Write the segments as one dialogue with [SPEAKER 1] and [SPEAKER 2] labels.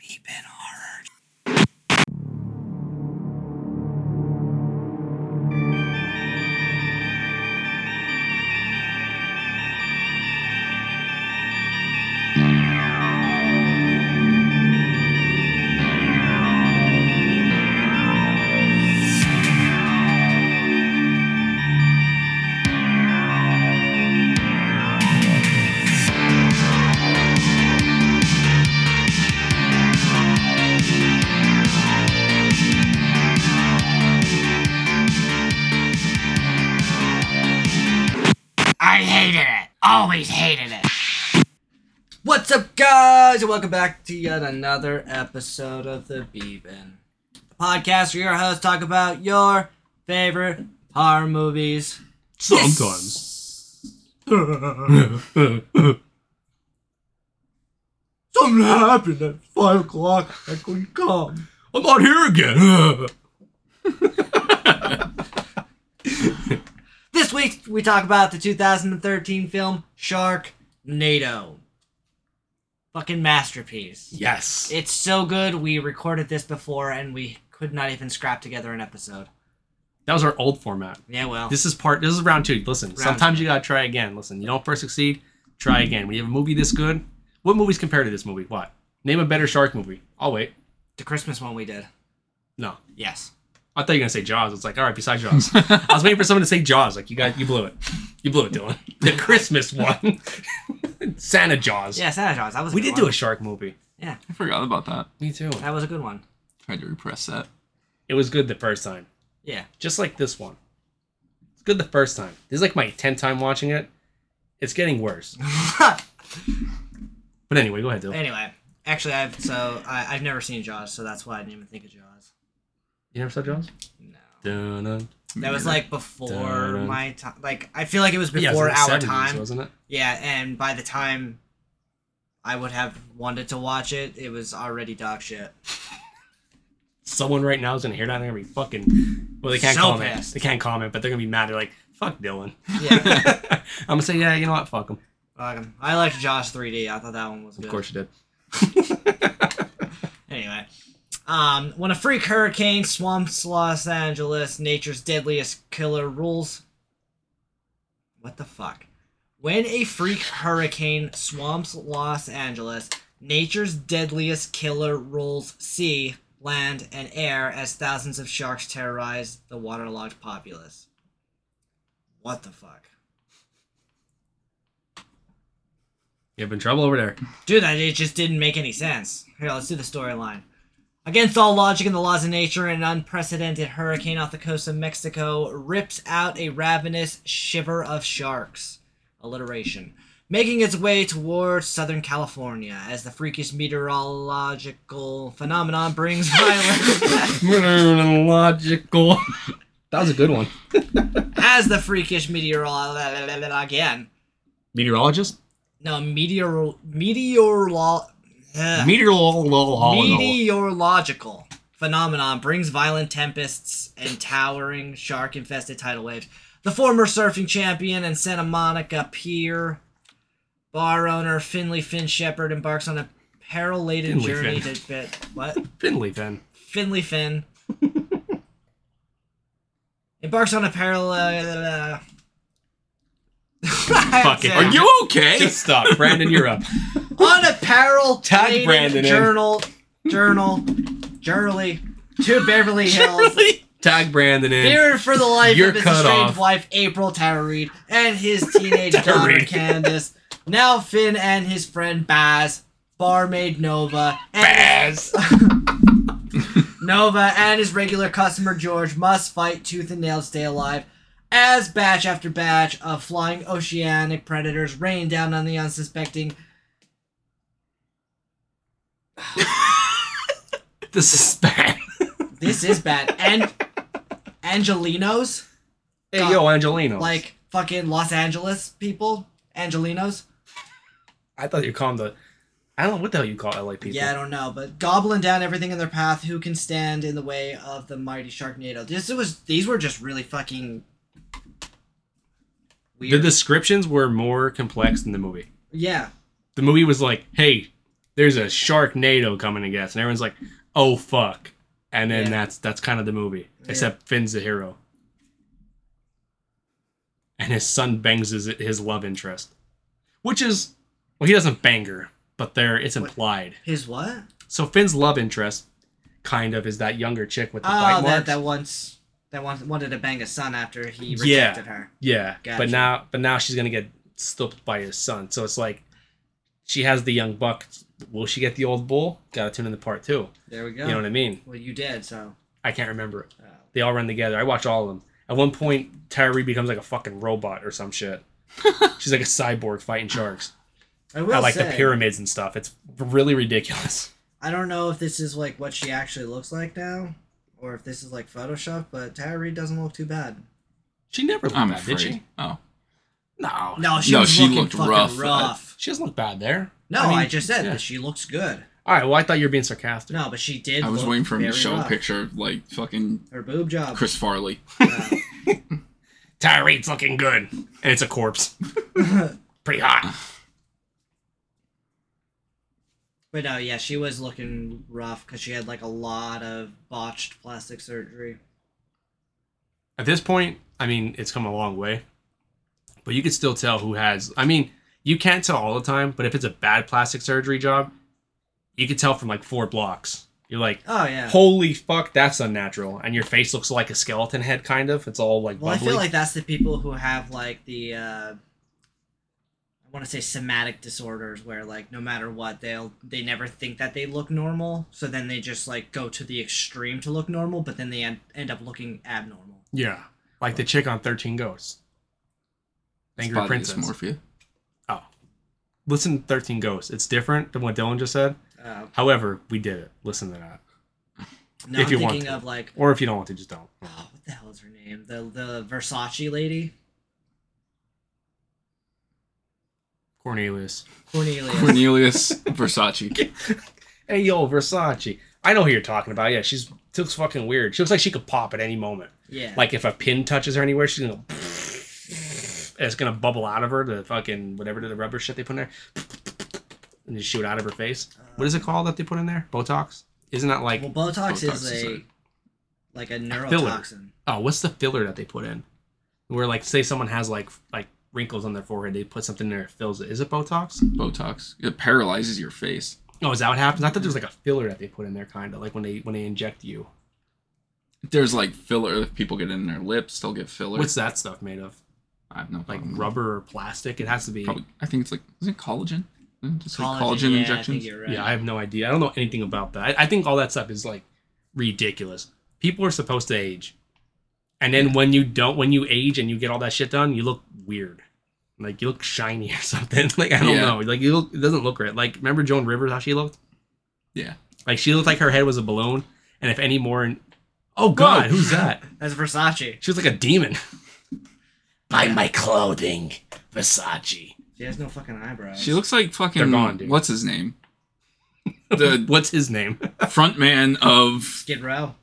[SPEAKER 1] Beepin' horror.
[SPEAKER 2] I hated it. Always hated it.
[SPEAKER 3] What's up, guys, and welcome back to yet another episode of the Beebin the podcast. Where your hosts talk about your favorite horror movies.
[SPEAKER 4] Sometimes.
[SPEAKER 3] Something happened at five o'clock. I couldn't come.
[SPEAKER 4] I'm not here again.
[SPEAKER 3] This week we talk about the 2013 film Sharknado. Fucking masterpiece.
[SPEAKER 4] yes.
[SPEAKER 3] It's so good. We recorded this before, and we could not even scrap together an episode.
[SPEAKER 5] That was our old format.
[SPEAKER 3] Yeah, well,
[SPEAKER 5] This is part. This is round two. Listen, sometimes
[SPEAKER 3] two.
[SPEAKER 5] you gotta try again. Listen, you don't first succeed, try again. When you have a movie this good, what movies compare to this movie? What? Name a better shark movie. I'll wait.
[SPEAKER 3] the Christmas one we did.
[SPEAKER 5] No,
[SPEAKER 3] Yes.
[SPEAKER 5] I thought you were gonna say Jaws. It's like all right, besides Jaws. I was waiting for someone to say Jaws. Like you got, you blew it. You blew it, Dylan. The Christmas one, Santa Jaws.
[SPEAKER 3] Yeah, Santa Jaws. That was.
[SPEAKER 5] we did
[SPEAKER 3] good
[SPEAKER 5] do
[SPEAKER 3] one.
[SPEAKER 5] a shark movie.
[SPEAKER 3] Yeah,
[SPEAKER 4] I forgot about that.
[SPEAKER 5] Me too.
[SPEAKER 3] that was a good one.
[SPEAKER 4] Tried to repress that.
[SPEAKER 5] It was good the first time.
[SPEAKER 3] Yeah.
[SPEAKER 5] just like this one. It's good the first time. This is like my 10th time watching it. It's getting worse. but anyway, go ahead, Dylan.
[SPEAKER 3] Anyway, actually, I've so I, I've never seen Jaws, so that's why I didn't even think of Jaws.
[SPEAKER 5] You never saw Jaws?
[SPEAKER 3] No.
[SPEAKER 5] Dun, dun.
[SPEAKER 3] That was like before
[SPEAKER 5] Dun.
[SPEAKER 3] my time. Like I feel like it was
[SPEAKER 5] Yeah, it was
[SPEAKER 3] before
[SPEAKER 5] in the
[SPEAKER 3] our
[SPEAKER 5] 70s,
[SPEAKER 3] time.
[SPEAKER 5] wasn't it?
[SPEAKER 3] Yeah, and by the time I would have wanted to watch it, it was already dog shit.
[SPEAKER 5] Someone right now is gonna hear that and they're gonna be fucking. Well, they can't
[SPEAKER 3] So
[SPEAKER 5] comment.
[SPEAKER 3] pissed.
[SPEAKER 5] They can't comment, but they're gonna be mad. They're like, "Fuck Dylan."
[SPEAKER 3] Yeah.
[SPEAKER 5] I'm gonna say, "Yeah, you know what? Fuck him."
[SPEAKER 3] Fuck 'em. I liked Jaws 3D. I thought that one was good.
[SPEAKER 5] Of course you did.
[SPEAKER 3] Anyway, um, when a freak hurricane swamps Los Angeles, nature's deadliest killer rules. What the fuck? When a freak hurricane swamps Los Angeles, nature's deadliest killer rules sea, land, and air as thousands of sharks terrorize the waterlogged populace. What the fuck?
[SPEAKER 5] You have in trouble over there.
[SPEAKER 3] Dude, that it just didn't make any sense. Here, let's do the storyline. Against all logic and the laws of nature, an unprecedented hurricane off the coast of Mexico rips out a ravenous shiver of sharks. Alliteration. Making its way towards Southern California as the freakish meteorological phenomenon brings violence.
[SPEAKER 5] Logical. that was a good one.
[SPEAKER 3] as the freakish meteorological. Again.
[SPEAKER 5] Meteorologist.
[SPEAKER 3] No, meteor. Meteorolo. Ugh.
[SPEAKER 5] Meteorologist.
[SPEAKER 3] meteorological phenomenon brings violent tempests and towering shark-infested tidal waves. The former surfing champion and Santa Monica pier bar owner Finley Finn Shepherd embarks on a peril-laden
[SPEAKER 5] Finley
[SPEAKER 3] journey
[SPEAKER 5] Finn.
[SPEAKER 3] to fit what
[SPEAKER 5] Finley Finn.
[SPEAKER 3] Finley Finn embarks on a parallel.
[SPEAKER 5] Fuck it. Are
[SPEAKER 4] Are you okay?
[SPEAKER 5] Just stop, Brandon. You're up.
[SPEAKER 3] on a peril
[SPEAKER 5] Tag
[SPEAKER 3] laden
[SPEAKER 5] Brandon in.
[SPEAKER 3] journal journal journey to Beverly Hills.
[SPEAKER 5] Tag Brandon in.
[SPEAKER 3] Feared for the life
[SPEAKER 5] You're
[SPEAKER 3] of his
[SPEAKER 5] cut
[SPEAKER 3] estranged
[SPEAKER 5] off.
[SPEAKER 3] wife April Tara Reid and his teenage daughter
[SPEAKER 5] Reid.
[SPEAKER 3] Candace. Now Finn and his friend Baz, barmaid Nova, and
[SPEAKER 5] Baz.
[SPEAKER 3] Nova and his regular customer George must fight tooth and nail to stay alive as batch after batch of flying oceanic predators rain down on the unsuspecting
[SPEAKER 5] This is bad.
[SPEAKER 3] This is bad. And Angelinos,
[SPEAKER 5] Hey,
[SPEAKER 3] God.
[SPEAKER 5] yo, Angelino.
[SPEAKER 3] like fucking Los Angeles people, Angelinos.
[SPEAKER 5] I thought you called him the I don't know what the hell you call LA people.
[SPEAKER 3] Yeah, I don't know, but gobbling down everything in their path. Who can stand in the way of the mighty Sharknado? This was these were just really fucking
[SPEAKER 5] the
[SPEAKER 3] weird.
[SPEAKER 5] descriptions were more complex than the movie.
[SPEAKER 3] yeah,
[SPEAKER 5] The movie was like, "Hey, there's a Sharknado coming to get us," and everyone's like, "Oh fuck!" And then
[SPEAKER 3] Yeah.
[SPEAKER 5] that's that's kind of the movie, except Finn's the hero, and his son bangs his, his love interest, which is well, he doesn't bang her, but there it's implied.
[SPEAKER 3] his what?
[SPEAKER 5] So Finn's love interest, kind of, is that younger chick with the bite
[SPEAKER 3] Oh,
[SPEAKER 5] marks.
[SPEAKER 3] that that once that once wanted to bang his son after he rejected
[SPEAKER 5] Yeah.
[SPEAKER 3] her.
[SPEAKER 5] Yeah,
[SPEAKER 3] Gotcha.
[SPEAKER 5] but now, but now she's gonna get stooped by his son. So it's like, she has the young buck. Will she get the old bull? Got to tune in the part two.
[SPEAKER 3] There we go.
[SPEAKER 5] You know what I mean?
[SPEAKER 3] Well, you did so.
[SPEAKER 5] I can't remember it.
[SPEAKER 3] Oh.
[SPEAKER 5] They all run together. I watch all of them. At one point, Tyree becomes like a fucking robot or some shit. she's like a cyborg fighting sharks.
[SPEAKER 3] I will
[SPEAKER 5] I like
[SPEAKER 3] say,
[SPEAKER 5] the pyramids and stuff. It's really ridiculous.
[SPEAKER 3] I don't know if this is like what she actually looks like now, or if this is like Photoshop. But Tara Reid doesn't look too bad.
[SPEAKER 5] She never looked
[SPEAKER 4] I'm
[SPEAKER 5] bad,
[SPEAKER 4] afraid.
[SPEAKER 5] did she?
[SPEAKER 4] Oh,
[SPEAKER 5] No,
[SPEAKER 3] No, she
[SPEAKER 4] No,
[SPEAKER 3] was
[SPEAKER 4] she
[SPEAKER 3] looking
[SPEAKER 4] looked
[SPEAKER 3] fucking
[SPEAKER 4] rough.
[SPEAKER 3] rough.
[SPEAKER 4] I-
[SPEAKER 5] she doesn't look bad there.
[SPEAKER 3] No, I,
[SPEAKER 5] I mean,
[SPEAKER 3] just said
[SPEAKER 5] yeah.
[SPEAKER 3] that she looks good.
[SPEAKER 5] All right. Well, I thought you were being sarcastic.
[SPEAKER 3] No, but she did.
[SPEAKER 4] I was
[SPEAKER 3] look
[SPEAKER 4] waiting for him to
[SPEAKER 3] very
[SPEAKER 4] show a
[SPEAKER 3] rough.
[SPEAKER 4] picture of, like fucking
[SPEAKER 3] Her boob job. Uh,
[SPEAKER 4] Chris Farley.
[SPEAKER 5] Tyree's looking good, and it's a corpse. Pretty hot.
[SPEAKER 3] But no, yeah, she was looking rough because she had like a lot of botched plastic surgery.
[SPEAKER 5] at this point, I mean, it's come a long way, but you could still tell who has. I mean, you can't tell all the time, but if it's a bad plastic surgery job, you could tell from like four blocks. You're like,
[SPEAKER 3] Oh yeah.
[SPEAKER 5] holy fuck, that's unnatural, and your face looks like a skeleton head, kind of. It's all like
[SPEAKER 3] Well, I
[SPEAKER 5] bubbly.
[SPEAKER 3] feel like that's the people who have like the uh, I want to say somatic disorders, where like no matter what, they'll they never think that they look normal, so then they just like go to the extreme to look normal, but then they en- end up looking abnormal.
[SPEAKER 5] yeah, like the chick on Thirteen Ghosts, Angry
[SPEAKER 4] Body
[SPEAKER 5] Princess.
[SPEAKER 4] dysmorphia.
[SPEAKER 5] Oh, listen to Thirteen Ghosts. It's different than what Dylan just said.
[SPEAKER 3] Uh,
[SPEAKER 5] However, we did it. Listen to that,
[SPEAKER 3] no,
[SPEAKER 5] If
[SPEAKER 3] I'm
[SPEAKER 5] you want
[SPEAKER 3] thinking
[SPEAKER 5] to.
[SPEAKER 3] of like
[SPEAKER 5] or if you don't want to, just don't.
[SPEAKER 3] oh, what the hell is her name? The the Versace lady,
[SPEAKER 5] Cornelius.
[SPEAKER 3] Cornelia.
[SPEAKER 4] Cornelius Versace.
[SPEAKER 5] hey yo versace i know who you're talking about yeah she's she looks fucking weird she looks like she could pop at any moment
[SPEAKER 3] yeah.
[SPEAKER 5] like if a pin touches her anywhere she's gonna go and it's gonna bubble out of her the fucking whatever the rubber shit they put in there and just shoot out of her face what is it called that they put in there botox isn't that like
[SPEAKER 3] Uh, well, Botox,
[SPEAKER 4] Botox
[SPEAKER 3] is
[SPEAKER 4] is
[SPEAKER 3] a
[SPEAKER 4] a-
[SPEAKER 3] like a
[SPEAKER 5] filler.
[SPEAKER 3] neurotoxin.
[SPEAKER 5] oh what's the filler that they put in where like say someone has like like wrinkles on their forehead they put something in there that fills it is it botox
[SPEAKER 4] Botox. It paralyzes your face.
[SPEAKER 5] oh is that what happens i thought there was like a filler that they put in there kind of like when they when they inject you
[SPEAKER 4] There's like filler. If people get it in their lips, they'll get filler.
[SPEAKER 5] what's that stuff made of
[SPEAKER 4] I have no
[SPEAKER 5] like
[SPEAKER 4] fucking-
[SPEAKER 5] rubber or plastic. It has to be.
[SPEAKER 4] Um, Probably, I think it's like is it collagen? Isn't it Just like collagen,
[SPEAKER 3] yeah, I think
[SPEAKER 4] injections.
[SPEAKER 3] you're right.
[SPEAKER 5] Yeah, I have no idea. I don't know anything about that. I, I think all that stuff is like ridiculous. People are supposed to age, and then when you don't, when you age and you get all that shit done, you look weird. Like you look shiny or something. Like I don't
[SPEAKER 4] Yeah.
[SPEAKER 5] know. Like you look, it doesn't look right. Like remember Joan Rivers how she looked?
[SPEAKER 4] Yeah.
[SPEAKER 5] Like she looked like her head was a balloon, and if any more, in, oh god, who's that?
[SPEAKER 3] That's Versace.
[SPEAKER 5] She was like a demon.
[SPEAKER 2] Buy my clothing, Versace.
[SPEAKER 3] She has no fucking eyebrows.
[SPEAKER 4] She looks like fucking.
[SPEAKER 5] They're gone, dude.
[SPEAKER 4] What's his name? The
[SPEAKER 5] What's his name?
[SPEAKER 4] front man of
[SPEAKER 3] Skid Row.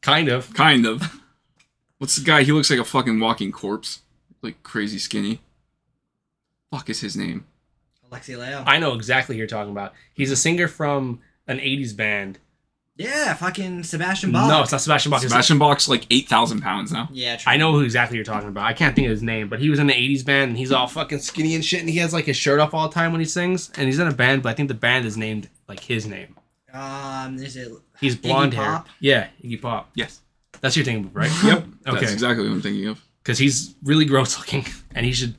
[SPEAKER 5] kind of.
[SPEAKER 4] kind of. What's the guy? He looks like a fucking walking corpse, like crazy skinny. Fuck is his name?
[SPEAKER 3] Alexi Leo.
[SPEAKER 5] I know exactly who you're talking about. He's a singer from an '80s band.
[SPEAKER 3] yeah, fucking Sebastian Bach.
[SPEAKER 5] No, it's not Sebastian Bach. It's-
[SPEAKER 4] Sebastian Bach's like eight thousand pounds now.
[SPEAKER 3] yeah, true.
[SPEAKER 5] I know who exactly you're talking about. I can't think of his name, but he was in the '80s band, and he's all fucking skinny and shit, and he has like his shirt off all the time when he sings, and he's in a band, but I think the band is named like his name.
[SPEAKER 3] Um, is it?
[SPEAKER 5] He's blonde hair.
[SPEAKER 3] Pop?
[SPEAKER 5] Yeah, Iggy Pop.
[SPEAKER 4] Yes.
[SPEAKER 5] That's your thing, right?
[SPEAKER 4] That's
[SPEAKER 5] Okay.
[SPEAKER 4] exactly what I'm thinking of.
[SPEAKER 5] Because he's really gross looking, and he should.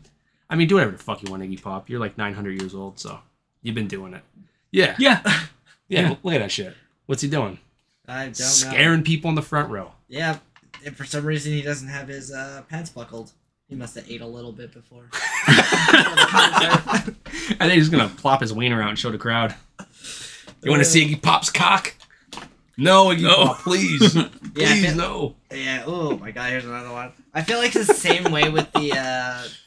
[SPEAKER 5] I mean, do whatever the fuck you want, Iggy Pop. You're like 900 years old, so you've been doing it. Yeah.
[SPEAKER 4] Yeah.
[SPEAKER 5] Yeah. Look at that shit. What's he doing?
[SPEAKER 3] I don't know.
[SPEAKER 5] Scaring people in the front row.
[SPEAKER 3] Yeah, and for some reason he doesn't have his uh, pants buckled. He must have ate a little bit before.
[SPEAKER 5] I think he's gonna plop his wiener out and show the crowd. You want to see Iggy Pop's cock? No, Iggy Pop, please,
[SPEAKER 3] Yeah, I
[SPEAKER 5] please,
[SPEAKER 3] feel-
[SPEAKER 5] no.
[SPEAKER 3] yeah. Oh my god, here's another one. I feel like it's the same way with the. Uh,
[SPEAKER 5] That's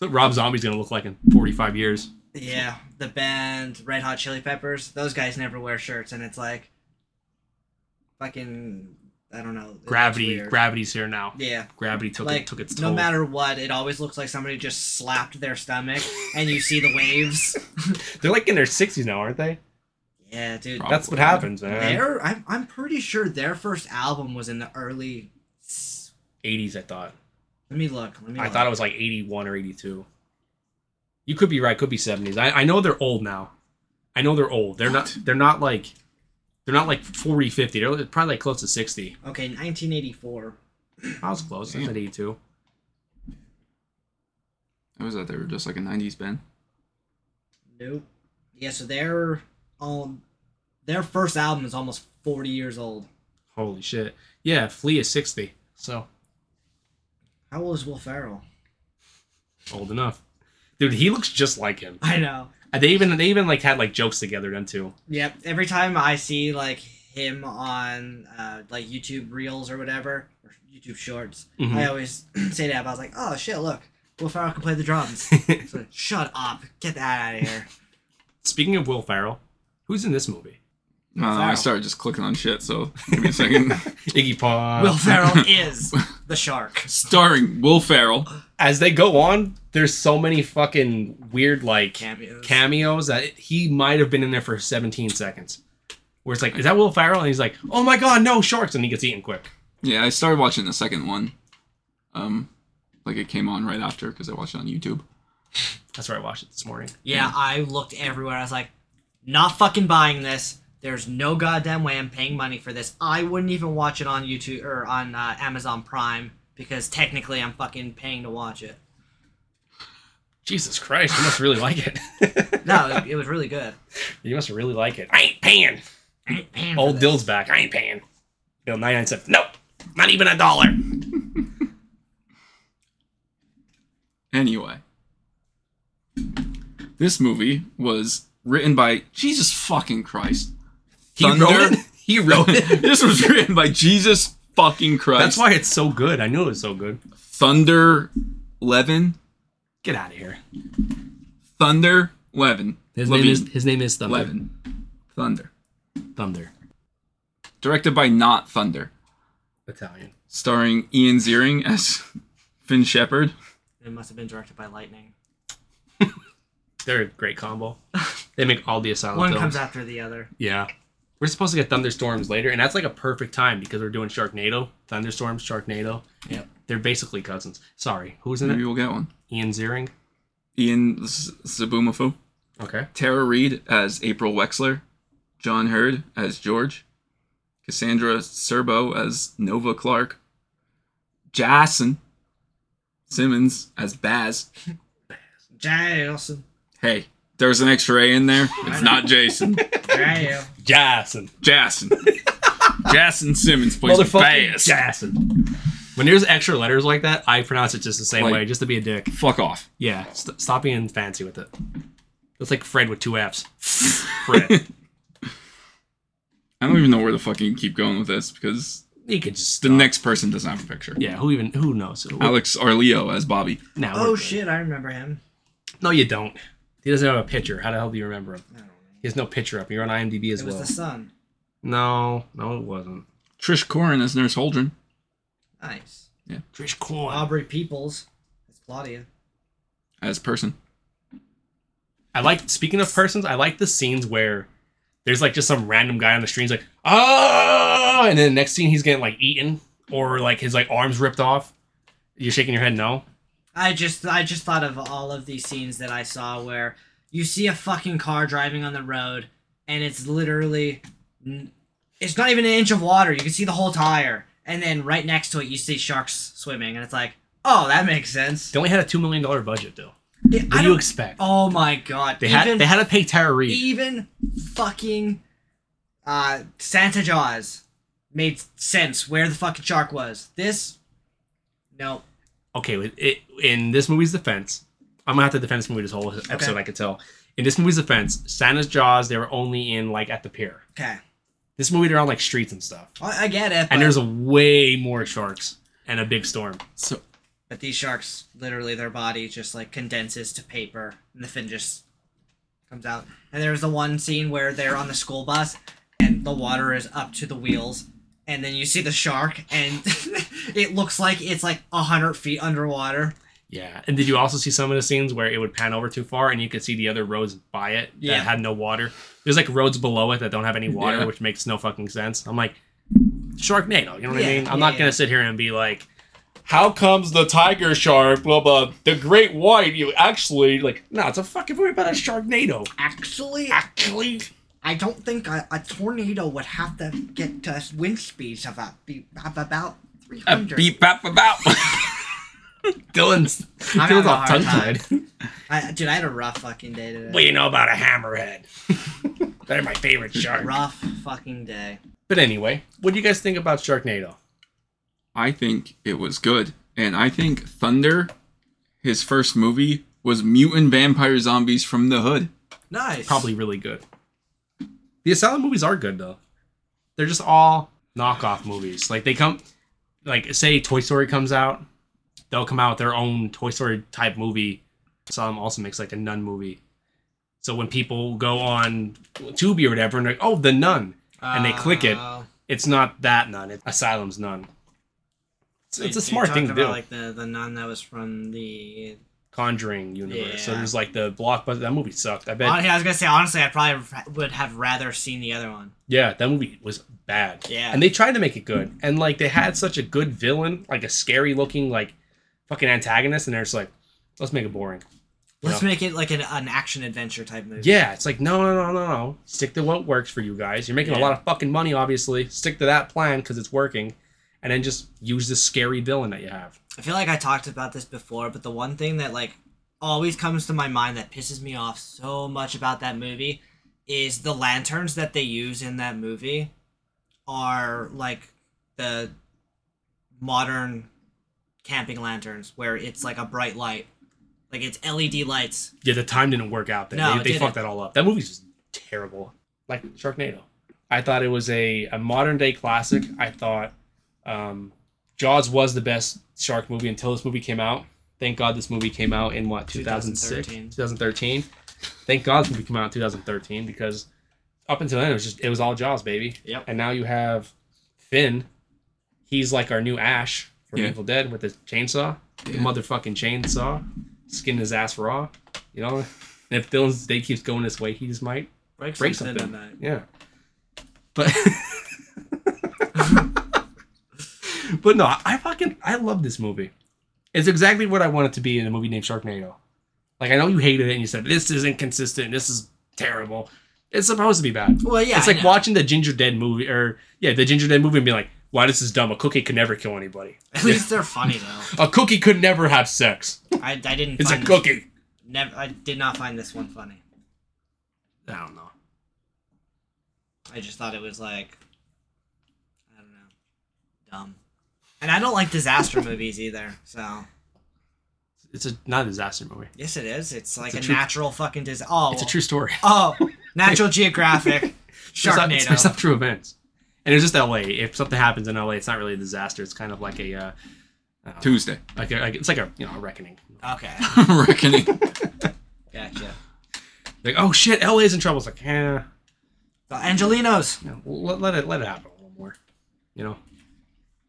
[SPEAKER 5] what Rob Zombie's gonna look like in 45 years.
[SPEAKER 3] Yeah, the band Red Hot Chili Peppers. Those guys never wear shirts, and it's like, fucking, I don't know. it's
[SPEAKER 5] Gravity,
[SPEAKER 3] weird.
[SPEAKER 5] gravity's here now.
[SPEAKER 3] yeah,
[SPEAKER 5] Gravity took
[SPEAKER 3] like
[SPEAKER 5] it, took its
[SPEAKER 3] no
[SPEAKER 5] toll.
[SPEAKER 3] matter what, it always looks like somebody just slapped their stomach, and you see the waves.
[SPEAKER 5] They're like in their sixties now, aren't they?
[SPEAKER 3] Yeah, dude.
[SPEAKER 4] Probably.
[SPEAKER 5] That's what happens, man.
[SPEAKER 3] Their, I'm, I'm pretty sure their first album was in the early. s-
[SPEAKER 5] Eighties, I thought.
[SPEAKER 3] Let me look. Let me.
[SPEAKER 5] I
[SPEAKER 3] look.
[SPEAKER 5] thought it was like eighty one or eighty two. You could be right. Could be seventies. I, I know they're old now. I know they're old. They're not. They're not like. They're not like 40, 50. They're probably like close to sixty.
[SPEAKER 3] okay, 1984.
[SPEAKER 5] I was close. I said eighty-two.
[SPEAKER 4] I was out there just like a 90s band.
[SPEAKER 3] Nope. Yeah, so their um, their first album is almost 40 years old.
[SPEAKER 5] Holy shit! Yeah, Flea is sixty. So
[SPEAKER 3] How old is Will Ferrell?
[SPEAKER 5] old enough. Dude, he looks just like him.
[SPEAKER 3] I know.
[SPEAKER 5] They even they even like had like jokes together then too.
[SPEAKER 3] Yep. Every time I see like him on uh, like YouTube Reels or whatever, or YouTube Shorts,
[SPEAKER 5] Mhm.
[SPEAKER 3] I always say to Ab, I was like, "Oh shit, look, Will Ferrell can play the drums." It's like, Shut up! Get that out of here.
[SPEAKER 5] Speaking of Will Ferrell, who's in this movie?
[SPEAKER 4] I don't know, Uh, I
[SPEAKER 3] Wow.
[SPEAKER 4] started just clicking on shit, so give me a second.
[SPEAKER 5] Iggy Pop.
[SPEAKER 3] Will Ferrell is the shark.
[SPEAKER 4] Starring Will Ferrell.
[SPEAKER 5] As they go on, there's so many fucking weird like
[SPEAKER 3] Cameos.
[SPEAKER 5] cameos that it- he might have been in there for 17 seconds. Where it's like, is that Will Ferrell? And he's like, oh my god, no sharks, and he gets eaten quick.
[SPEAKER 4] Yeah, I started watching the second one. Um, like it came on right after because I watched it on YouTube.
[SPEAKER 5] That's where I watched it this morning.
[SPEAKER 3] Yeah, I looked everywhere. I was like, not fucking buying this. There's no goddamn way I'm paying money for this. I wouldn't even watch it on YouTube or on uh, Amazon Prime because technically I'm fucking paying to watch it.
[SPEAKER 5] Jesus Christ, you must really like it.
[SPEAKER 3] No, it, it was really good.
[SPEAKER 5] you must really like it. I ain't paying. Old Dill's back. I ain't paying. Bill 99 cents. Nope. Not even a dollar.
[SPEAKER 4] Anyway, this movie was written by Jesus fucking Christ.
[SPEAKER 5] He wrote it. He wrote it.
[SPEAKER 4] this was written by Jesus fucking Christ.
[SPEAKER 5] Oh. That's why it's so good. I knew it was so good.
[SPEAKER 4] Thunder Levin.
[SPEAKER 5] Get out of here.
[SPEAKER 4] Thunder Levin.
[SPEAKER 5] His
[SPEAKER 4] Levine.
[SPEAKER 5] name is his name is Thunder.
[SPEAKER 4] Levin. Thunder.
[SPEAKER 5] Thunder.
[SPEAKER 4] Directed by Not Thunder.
[SPEAKER 5] Italian.
[SPEAKER 4] Starring Ian Ziering as Finn Shepard.
[SPEAKER 3] It must have been directed by Lightning.
[SPEAKER 5] They're a great combo. They make all the asylum
[SPEAKER 3] One
[SPEAKER 5] films.
[SPEAKER 3] comes after the other.
[SPEAKER 5] Yeah. We're supposed to get thunderstorms later, and that's like a perfect time because we're doing Sharknado, thunderstorms, Sharknado.
[SPEAKER 3] Yep.
[SPEAKER 5] They're basically cousins. Sorry, who's in
[SPEAKER 4] Maybe
[SPEAKER 5] it?
[SPEAKER 4] we'll get one.
[SPEAKER 5] Ian Ziering.
[SPEAKER 4] Ian Z- Zabumafo.
[SPEAKER 5] Okay.
[SPEAKER 4] Tara Reid as April Wexler, John Hurd as George, Cassandra Serbo as Nova Clark, Jason Simmons as Baz.
[SPEAKER 3] Jason.
[SPEAKER 4] Hey, there's an extra A in there. It's not Jason.
[SPEAKER 3] Jail.
[SPEAKER 5] Jason.
[SPEAKER 4] Jason. Jason Simmons plays Baz.
[SPEAKER 5] Jason. When there's extra letters like that, I pronounce it just the same
[SPEAKER 4] Like-
[SPEAKER 5] way, just to be a dick.
[SPEAKER 4] Fuck off.
[SPEAKER 5] Yeah. St- stop being fancy with it. That's like Fred with two F's. Fred.
[SPEAKER 4] I don't even know where the fuck you can keep going with this because
[SPEAKER 5] you could just
[SPEAKER 4] the
[SPEAKER 5] stop.
[SPEAKER 4] next person doesn't have a picture.
[SPEAKER 5] Yeah, who even who knows? Who-
[SPEAKER 4] Alex Arleo as Bobby.
[SPEAKER 5] now we're
[SPEAKER 3] Oh
[SPEAKER 5] good.
[SPEAKER 3] shit, I remember him.
[SPEAKER 5] No, you don't. He doesn't have a picture. How the hell do you remember him? He has no picture up. You're on IMDb as
[SPEAKER 3] It was
[SPEAKER 5] well.
[SPEAKER 3] the sun.
[SPEAKER 5] No, no, it wasn't.
[SPEAKER 4] Trish Corin as Nurse Holdren.
[SPEAKER 3] Nice.
[SPEAKER 5] Trish Corn.
[SPEAKER 3] Aubrey Peoples. It's Claudia.
[SPEAKER 4] As person.
[SPEAKER 5] I like. Speaking of persons, I like the scenes where there's like just some random guy on the street. He's like, ah, and then the next scene he's getting like eaten or like his like arms ripped off. You're shaking your head no.
[SPEAKER 3] I just I just thought of all of these scenes that I saw where you see a fucking car driving on the road and it's literally n- it's not even an inch of water. You can see the whole tire. And then right next to it you see sharks swimming and it's like, "Oh, that makes sense."
[SPEAKER 5] They only had a two million dollar budget though.
[SPEAKER 3] Yeah,
[SPEAKER 5] What
[SPEAKER 3] I
[SPEAKER 5] do you
[SPEAKER 3] don't-
[SPEAKER 5] expect?
[SPEAKER 3] Oh my god.
[SPEAKER 5] They
[SPEAKER 3] even, E-
[SPEAKER 5] had they had to pay Tara Reid.
[SPEAKER 3] even fucking uh Santa Jaws made sense where the fucking shark was. This no.
[SPEAKER 5] okay, with it, in this movie's defense, I'm gonna have to defend this movie this whole episode. I could tell. In this movie's defense, Santa's Jaws they were only in like at the pier.
[SPEAKER 3] Okay.
[SPEAKER 5] This movie they're on like streets and stuff,
[SPEAKER 3] I, I get it. But,
[SPEAKER 5] and there's a way more sharks and a big storm.
[SPEAKER 4] So
[SPEAKER 3] but these sharks literally their body just like condenses to paper and the fin just comes out. And there's the one scene where they're on the school bus and the water is up to the wheels. And then you see the shark, and it looks like it's like a hundred feet underwater.
[SPEAKER 5] Yeah. And did you also see some of the scenes where it would pan over too far and you could see the other roads by it that
[SPEAKER 3] Yeah.
[SPEAKER 5] had no water? There's like roads below it that don't have any water,
[SPEAKER 4] Yeah.
[SPEAKER 5] which makes no fucking sense. I'm like, Sharknado, you know what I
[SPEAKER 3] Yeah,
[SPEAKER 5] mean? I'm
[SPEAKER 3] yeah,
[SPEAKER 5] not
[SPEAKER 3] yeah.
[SPEAKER 5] gonna sit here and be like, how comes the tiger shark, blah blah, the great white? You actually like, no, it's a fucking movie about a sharknado.
[SPEAKER 3] Actually,
[SPEAKER 5] Actually,
[SPEAKER 3] I don't think a, a tornado would have to get to wind speeds of, a, of about 300.
[SPEAKER 4] bap about.
[SPEAKER 5] Dylan's
[SPEAKER 3] I'm having
[SPEAKER 5] Dylan's
[SPEAKER 3] a
[SPEAKER 5] all
[SPEAKER 3] hard
[SPEAKER 5] tongue
[SPEAKER 3] time.
[SPEAKER 5] tied.
[SPEAKER 3] I, dude, I had a rough fucking day today.
[SPEAKER 5] What do you know about a hammerhead? They're my favorite shark.
[SPEAKER 3] Rough fucking day.
[SPEAKER 5] But anyway, what do you guys think about Sharknado?
[SPEAKER 4] I think it was good. And I think Thunder, his first movie, was Mutant Vampire Zombies from the Hood.
[SPEAKER 3] Nice.
[SPEAKER 5] probably really good. The Asylum movies are good though. They're just all knockoff movies. Like they come, like say Toy Story comes out, they'll come out with their own Toy Story type movie. Asylum also makes like a nun movie. So when people go on Tubi or whatever and they're like, oh, the nun, and they click it,
[SPEAKER 3] Uh,
[SPEAKER 5] it's not that nun. It's Asylum's nun. It's, it's
[SPEAKER 3] you- you
[SPEAKER 5] a smart
[SPEAKER 3] talked
[SPEAKER 5] thing to
[SPEAKER 3] about,
[SPEAKER 5] do.
[SPEAKER 3] Like the the nun that was from the.
[SPEAKER 5] Conjuring universe. So
[SPEAKER 3] Yeah.
[SPEAKER 5] there's like the blockbuster. That movie sucked. I bet.
[SPEAKER 3] Hon- I was gonna say honestly, I probably ra- would have rather seen the other one.
[SPEAKER 5] Yeah, that movie was bad.
[SPEAKER 3] Yeah.
[SPEAKER 5] And they tried to make it good. And like they had such a good villain, like a scary looking like fucking antagonist, and they're just like, let's make it boring.
[SPEAKER 3] Let's
[SPEAKER 5] Yeah.
[SPEAKER 3] make it like an, an action adventure type movie.
[SPEAKER 5] Yeah, it's like, no, no, no, no, no. Stick to what works for you guys. You're making a
[SPEAKER 3] Yeah.
[SPEAKER 5] lot of fucking money, obviously. Stick to that plan because it's working. And then just use this scary villain that you have.
[SPEAKER 3] I feel like I talked about this before, but the one thing that like always comes to my mind that pisses me off so much about that movie is the lanterns that they use in that movie are like the modern camping lanterns where it's like a bright light. Like it's LED lights.
[SPEAKER 5] Yeah, the time didn't work out. There.
[SPEAKER 3] No, it
[SPEAKER 5] they, they
[SPEAKER 3] didn't.
[SPEAKER 5] fucked that all up. That movie's just terrible. Like Sharknado. I thought it was a, a modern day classic. I thought um, Jaws was the best shark movie until this movie came out. Thank God this movie came out in what, 2006?
[SPEAKER 3] 2013.
[SPEAKER 5] 2013. Thank God this movie came out in 2013 because up until then it was just it was all Jaws, baby.
[SPEAKER 3] Yep.
[SPEAKER 5] And now you have Finn. He's like our new Ash from
[SPEAKER 4] Yeah.
[SPEAKER 5] Evil Dead with his chainsaw. The motherfucking chainsaw. Skin his ass raw. You know? And if Dylan's day keeps going this way, he just might.
[SPEAKER 3] Break,
[SPEAKER 5] Break
[SPEAKER 3] something
[SPEAKER 5] something.
[SPEAKER 3] at night.
[SPEAKER 5] Yeah. But But no, I fucking I love this movie. It's exactly what I want it to be in a movie named Sharknado. Like I know you hated it and you said this is inconsistent, this is terrible. It's supposed to be bad.
[SPEAKER 3] Well, yeah,
[SPEAKER 5] It's
[SPEAKER 3] I
[SPEAKER 5] like
[SPEAKER 3] know.
[SPEAKER 5] watching the Ginger Dead movie or yeah, the Ginger Dead movie and being like, why this is dumb. A cookie could never kill anybody.
[SPEAKER 3] At least they're funny though.
[SPEAKER 5] A cookie could never have sex.
[SPEAKER 3] I, I didn't.
[SPEAKER 5] It's a
[SPEAKER 3] find this-
[SPEAKER 5] cookie.
[SPEAKER 3] Never. I did not find this one funny.
[SPEAKER 5] I don't know.
[SPEAKER 3] I just thought it was like, I don't know, dumb. And I don't like disaster movies either. So
[SPEAKER 5] It's a not a disaster movie.
[SPEAKER 3] yes, it is. It's like
[SPEAKER 5] a
[SPEAKER 3] a,
[SPEAKER 5] true-
[SPEAKER 3] natural fucking disaster. Oh,
[SPEAKER 5] It's a true story.
[SPEAKER 3] Oh, Natural Geographic,
[SPEAKER 5] It's not- It's based
[SPEAKER 3] Sharknado.
[SPEAKER 5] off true events. And it's just LA. If something happens in LA, it's not really a disaster. It's kind of like a, uh, I don't know,
[SPEAKER 4] Tuesday.
[SPEAKER 5] like a, like- it's like a you know a reckoning.
[SPEAKER 3] Okay,
[SPEAKER 4] Reckoning.
[SPEAKER 3] gotcha.
[SPEAKER 5] Like oh shit, LA's in trouble. It's like eh,
[SPEAKER 3] The Angelinos.
[SPEAKER 5] you know, let, let it let it happen a little more. You know,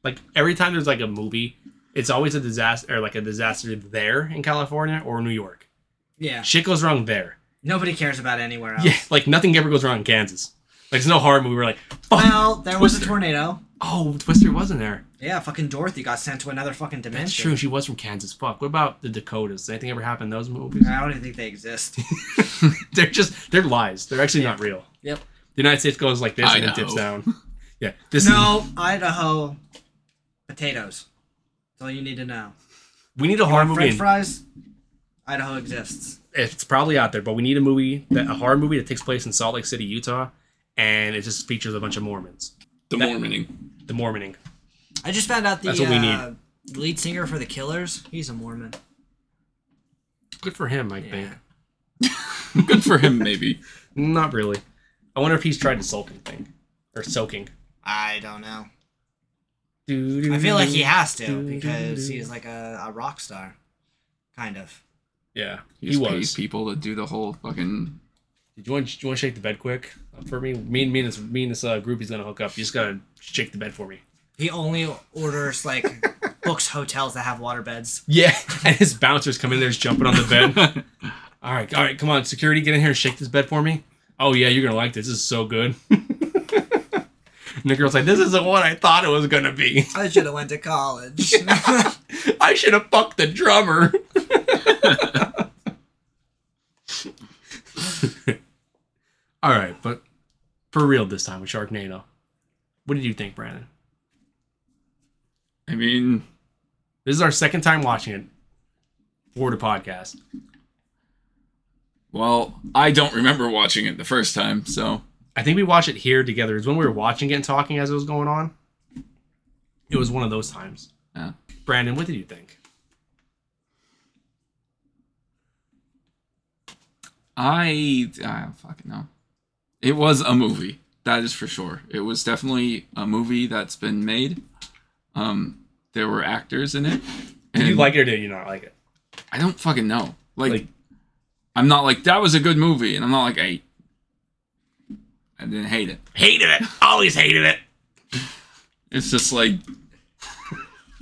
[SPEAKER 5] like every time there's like a movie, it's always a disaster or like a disaster there in California or New York.
[SPEAKER 3] Yeah.
[SPEAKER 5] Shit goes wrong there.
[SPEAKER 3] Nobody cares about anywhere else.
[SPEAKER 5] Yeah, like nothing ever goes wrong in Kansas. Like there's no horror movie. We're like, fuck,
[SPEAKER 3] Well, there was a tornado.
[SPEAKER 5] oh, Twister wasn't there.
[SPEAKER 3] Yeah, fucking Dorothy got sent to another fucking dimension.
[SPEAKER 5] That's true. She was from Kansas. Fuck. What about the Dakotas? Does anything ever happen in those movies?
[SPEAKER 3] I don't even think they exist.
[SPEAKER 5] they're just they're lies. They're actually not real.
[SPEAKER 3] Yep.
[SPEAKER 5] The United States goes like this
[SPEAKER 4] I
[SPEAKER 5] and then
[SPEAKER 4] know.
[SPEAKER 5] dips down. Yeah. This is,
[SPEAKER 3] no, Idaho potatoes. That's all you need to know.
[SPEAKER 5] we need a horror movie.
[SPEAKER 3] French
[SPEAKER 5] and-
[SPEAKER 3] fries. Idaho exists.
[SPEAKER 5] it's probably out there, but we need a movie that a horror movie that takes place in Salt Lake City, Utah, and it just features a bunch of Mormons.
[SPEAKER 4] The
[SPEAKER 5] That-
[SPEAKER 4] Mormoning.
[SPEAKER 5] The Mormoning.
[SPEAKER 3] I just found out the
[SPEAKER 5] That's what we
[SPEAKER 3] uh, lead singer for the Killers. He's a Mormon.
[SPEAKER 5] Good for him, I think.
[SPEAKER 4] Good for him, maybe.
[SPEAKER 5] Not really. I wonder if he's tried the sulking thing. Or soaking.
[SPEAKER 3] I don't know. I feel like he has to because he's like a, a rock star, kind of.
[SPEAKER 5] Yeah.
[SPEAKER 4] He,
[SPEAKER 5] He
[SPEAKER 4] just pays
[SPEAKER 5] was.
[SPEAKER 4] people to do the whole fucking
[SPEAKER 5] Did you want? Do you want to shake the bed quick uh, for me? Me and me and this me and this uh, groupie's gonna hook up. You just gotta shake the bed for me.
[SPEAKER 3] He only orders like books hotels that have water beds.
[SPEAKER 5] Yeah. And his bouncers come in there, just jumping on the bed. all right, all right, come on, security, get in here and shake this bed for me. Oh yeah, you're gonna like this. This is so good. And the girl's like, this isn't what I thought it was gonna be.
[SPEAKER 3] I should have went to college.
[SPEAKER 5] I should have fucked the drummer. All right, but for real this time with Sharknado, what did you think, Brandon?
[SPEAKER 4] I mean,
[SPEAKER 5] This is our second time watching it for the podcast.
[SPEAKER 4] well, I don't remember watching it the first time, so
[SPEAKER 5] I think we watched it here together. It's when we were watching it and talking as it was going on. It was one of those times.
[SPEAKER 4] Yeah.
[SPEAKER 5] Brandon, what did you think?
[SPEAKER 4] I I don't fucking know. It was a movie, that is for sure. It was definitely a movie that's been made. Um, there were actors in it.
[SPEAKER 5] Did you
[SPEAKER 4] and-
[SPEAKER 5] like it or did you not like it?
[SPEAKER 4] I don't fucking know. Like,
[SPEAKER 5] Like-
[SPEAKER 4] I'm not like that was a good movie, and I'm not like I. I didn't hate it.
[SPEAKER 5] Hated it. Always hated it.
[SPEAKER 4] It's just like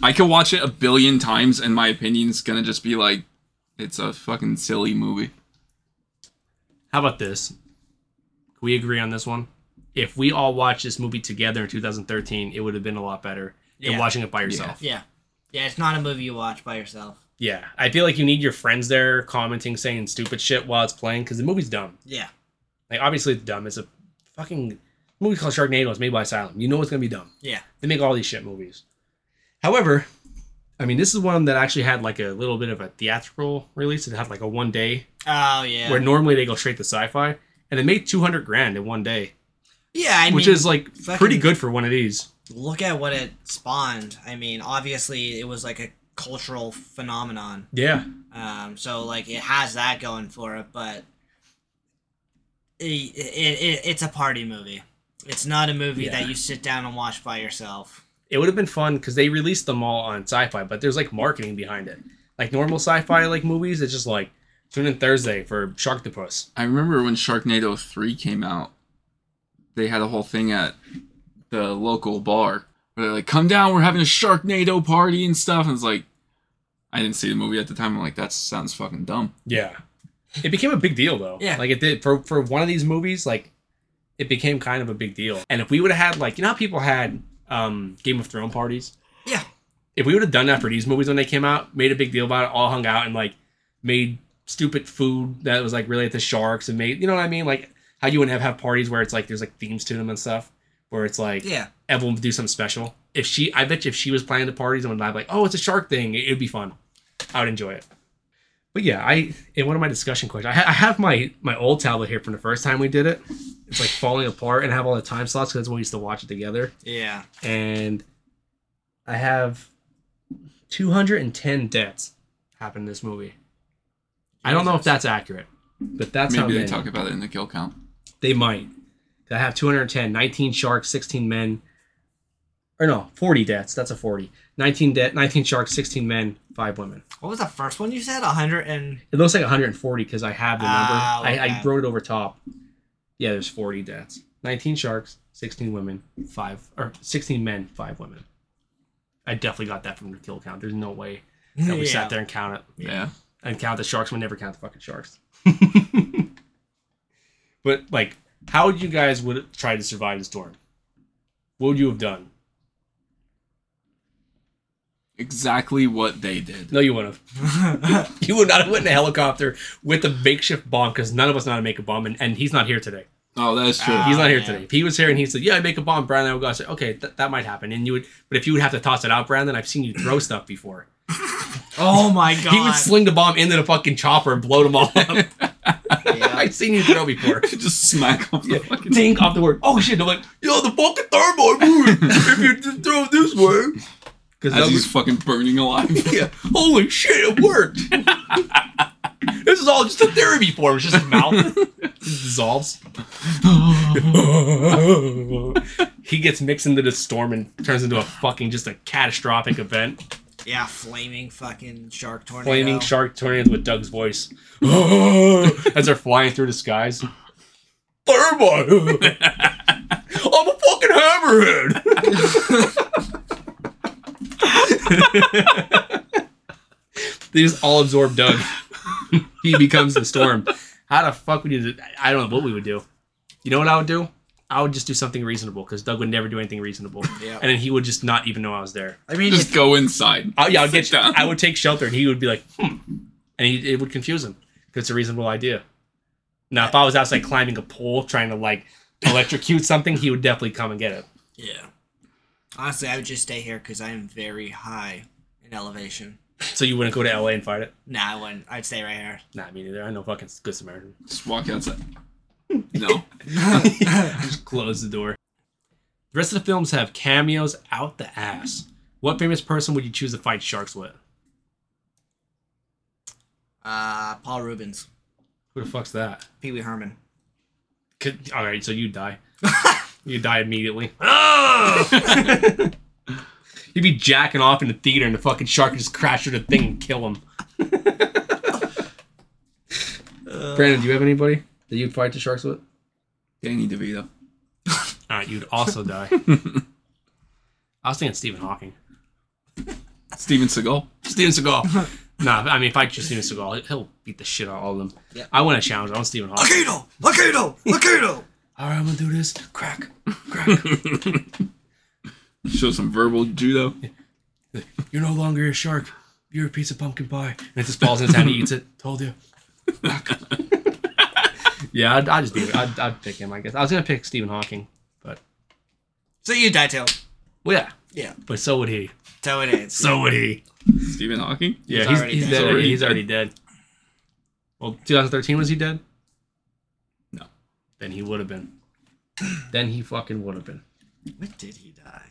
[SPEAKER 4] I could watch it a billion times, and my opinion's gonna just be like, it's a fucking silly movie.
[SPEAKER 5] How about this? Can we agree on this one? If we all watched this movie together in 2013, it would have been a lot better
[SPEAKER 3] Yeah.
[SPEAKER 5] than watching it by yourself.
[SPEAKER 3] yeah. Yeah, it's not a movie you watch by yourself.
[SPEAKER 5] Yeah. I feel like you need your friends there commenting, saying stupid shit while it's playing because the movie's dumb.
[SPEAKER 3] Yeah.
[SPEAKER 5] Like, obviously, it's dumb. It's a fucking movie called Sharknado. It's made by Asylum. You know it's going to be dumb.
[SPEAKER 3] Yeah.
[SPEAKER 5] They make all these shit movies. However, I mean, this is one that actually had like a little bit of a theatrical release. It had like a one day
[SPEAKER 3] Oh yeah.
[SPEAKER 5] where normally they go straight to sci fi. And it made 200 grand in one day.
[SPEAKER 3] yeah, I mean,
[SPEAKER 5] which is like
[SPEAKER 3] fucking-
[SPEAKER 5] pretty good for one of these.
[SPEAKER 3] look at what it spawned. I mean, obviously it was like a cultural phenomenon.
[SPEAKER 5] Yeah,
[SPEAKER 3] Um, so like it has that going for it, but it, it, it it's a party movie. It's not a movie
[SPEAKER 5] Yeah.
[SPEAKER 3] that you sit down and watch by yourself.
[SPEAKER 5] it would have been fun because they released them all on Sci-Fi, but there's like marketing behind it. Like normal Sci-Fi like movies, it's just like tune in Thursday for Sharktopus.
[SPEAKER 4] I remember when Sharknado three came out, they had a whole thing at the local bar where they're like, "Come down, we're having a Sharknado party and stuff," and it's like. I didn't see the movie at the time. I'm like, that sounds fucking dumb.
[SPEAKER 5] Yeah, it became a big deal though.
[SPEAKER 3] Yeah.
[SPEAKER 5] like it did for for one of these movies. Like it became kind of a big deal. And if we would have had like you know how people had um Game of Thrones parties.
[SPEAKER 3] Yeah.
[SPEAKER 5] If we would have done that for these movies when they came out, made a big deal about it, all hung out and like made stupid food that was like related to sharks and made you know what I mean like how you wouldn't have have parties where it's like there's like themes to them and stuff where it's like
[SPEAKER 3] Yeah.
[SPEAKER 5] everyone would do something special. If she, I bet you, if she was planning the parties and would not like, oh, it's a shark thing, it would be fun. I would enjoy it. But yeah, I in one of my discussion questions, I, ha- I have my my old tablet here from the first time we did it. It's like falling apart and I have all the time slots because that's when we used to watch it together.
[SPEAKER 3] Yeah.
[SPEAKER 5] And I have 210 deaths happen in this movie. I don't know if that's accurate, but that's how
[SPEAKER 4] Maybe they
[SPEAKER 5] many.
[SPEAKER 4] talk about it in the kill count.
[SPEAKER 5] They might. I have 210, 19 sharks, 16 men. Or no, 40 deaths. That's a 40. 19 de- 19 sharks, 16 men, 5 women.
[SPEAKER 3] What was the first one you said? A hundred and
[SPEAKER 5] It looks like 140 because I have the number.
[SPEAKER 3] Ah,
[SPEAKER 5] I, I
[SPEAKER 3] okay.
[SPEAKER 5] wrote it over top. Yeah, there's 40 deaths. 19 sharks, 16 women, 5 or 16 men, 5 women. I definitely got that from the kill count. There's no way that we
[SPEAKER 3] yeah.
[SPEAKER 5] sat there and count it
[SPEAKER 4] yeah.
[SPEAKER 5] and count the sharks. We never count the fucking sharks. but like, how would you guys would try to survive the storm? What would you have done?
[SPEAKER 4] exactly what they did.
[SPEAKER 5] No, you wouldn't have. you would not have went in a helicopter with a makeshift bomb because none of us know how to make a bomb, and, and he's not here today.
[SPEAKER 4] Oh, that's true.
[SPEAKER 3] Ah.
[SPEAKER 5] He's not here
[SPEAKER 3] man.
[SPEAKER 5] today. If he was here and he said, "Yeah, I make a bomb," Brandon, I would go. I say, "Okay, th- that might happen." And you would, but if you would have to toss it out, Brandon, I've seen you throw stuff before.
[SPEAKER 3] Oh my god.
[SPEAKER 5] He would sling the bomb into the fucking chopper and blow them all up. I've seen you throw before.
[SPEAKER 4] just smack off the fucking.
[SPEAKER 5] ding off the word. Oh shit! I'm like, yo, the fucking thermite moved. if you just throw it this way,
[SPEAKER 4] As he's
[SPEAKER 5] because
[SPEAKER 4] fucking burning alive.
[SPEAKER 5] yeah, holy shit, it worked. this is all just a theory before. It was just his mouth It dissolves. he gets mixed into the storm and turns into a fucking just a catastrophic event.
[SPEAKER 3] yeah, flaming fucking shark tornado.
[SPEAKER 5] Flaming shark tornadoes with Doug's voice as they're flying through the skies. thermite. I'm a fucking hammerhead. they just all absorb Doug. he becomes the storm. How the fuck would you? I don't know what we would do. You know what I would do? I would just do something reasonable because Doug would never do anything reasonable,
[SPEAKER 3] Yeah.
[SPEAKER 5] and then he would just not even know I was there.
[SPEAKER 3] I mean,
[SPEAKER 4] Just
[SPEAKER 3] if-
[SPEAKER 4] go inside.
[SPEAKER 5] I, yeah, I'd get.
[SPEAKER 4] Sit down.
[SPEAKER 5] I would take shelter, and he would be like, "Hmm," and he, it would confuse him because it's a reasonable idea. Now, if I was outside climbing a pole trying to like electrocute something, he would definitely come and get it.
[SPEAKER 3] yeah. Honestly, I would just stay here because I am very high in elevation.
[SPEAKER 5] So you wouldn't go to LA and fight it?
[SPEAKER 3] Nah, I wouldn't. I'd stay right here.
[SPEAKER 5] Nah, me neither. I know fucking good Samaritan.
[SPEAKER 4] Just walk outside. No.
[SPEAKER 5] Just close the door. The rest of the films have cameos out the ass. What famous person would you choose to fight sharks with?
[SPEAKER 3] Uh, Paul Rubens,
[SPEAKER 5] Who the fuck's that?
[SPEAKER 3] Pee Wee Herman.
[SPEAKER 5] Could, all right, so you die. you die immediately. You'd be jacking off in the theater, and the fucking shark would just crash through the thing and kill him. Brandon, do you have anybody that you'd fight the sharks with?
[SPEAKER 4] Danny DeVito.
[SPEAKER 5] All right, you'd also die. I was thinking Stephen Hawking.
[SPEAKER 4] Steven Seagal.
[SPEAKER 5] Steven Seagal. nah, I mean, if I choose Steven Seagal, he'll beat the shit out of all of them.
[SPEAKER 3] Yeah.
[SPEAKER 5] I want a challenge. I want Stephen Hawking.
[SPEAKER 3] Locato! Locato! Locato!
[SPEAKER 5] All right, I'm gonna do this. Crack, crack.
[SPEAKER 4] Show some verbal judo.
[SPEAKER 5] You're no longer a shark. You're a piece of pumpkin pie. And it just falls in his hand. He eats it. Told you. yeah, I'd, I'd just do it. I'd, I'd pick him, I guess. I was going to pick Stephen Hawking.
[SPEAKER 3] So you die too.
[SPEAKER 5] Well, yeah.
[SPEAKER 3] Yeah.
[SPEAKER 5] But so would he.
[SPEAKER 3] So it is.
[SPEAKER 5] So would he.
[SPEAKER 4] Stephen Hawking.
[SPEAKER 5] Yeah,
[SPEAKER 3] He's
[SPEAKER 5] he's,
[SPEAKER 3] already dead.
[SPEAKER 5] he's, dead.
[SPEAKER 4] He's already
[SPEAKER 5] He's already dead. Well, 2013, was he dead?
[SPEAKER 4] No.
[SPEAKER 5] Then he would have been. Then he fucking would have been.
[SPEAKER 3] When did he die?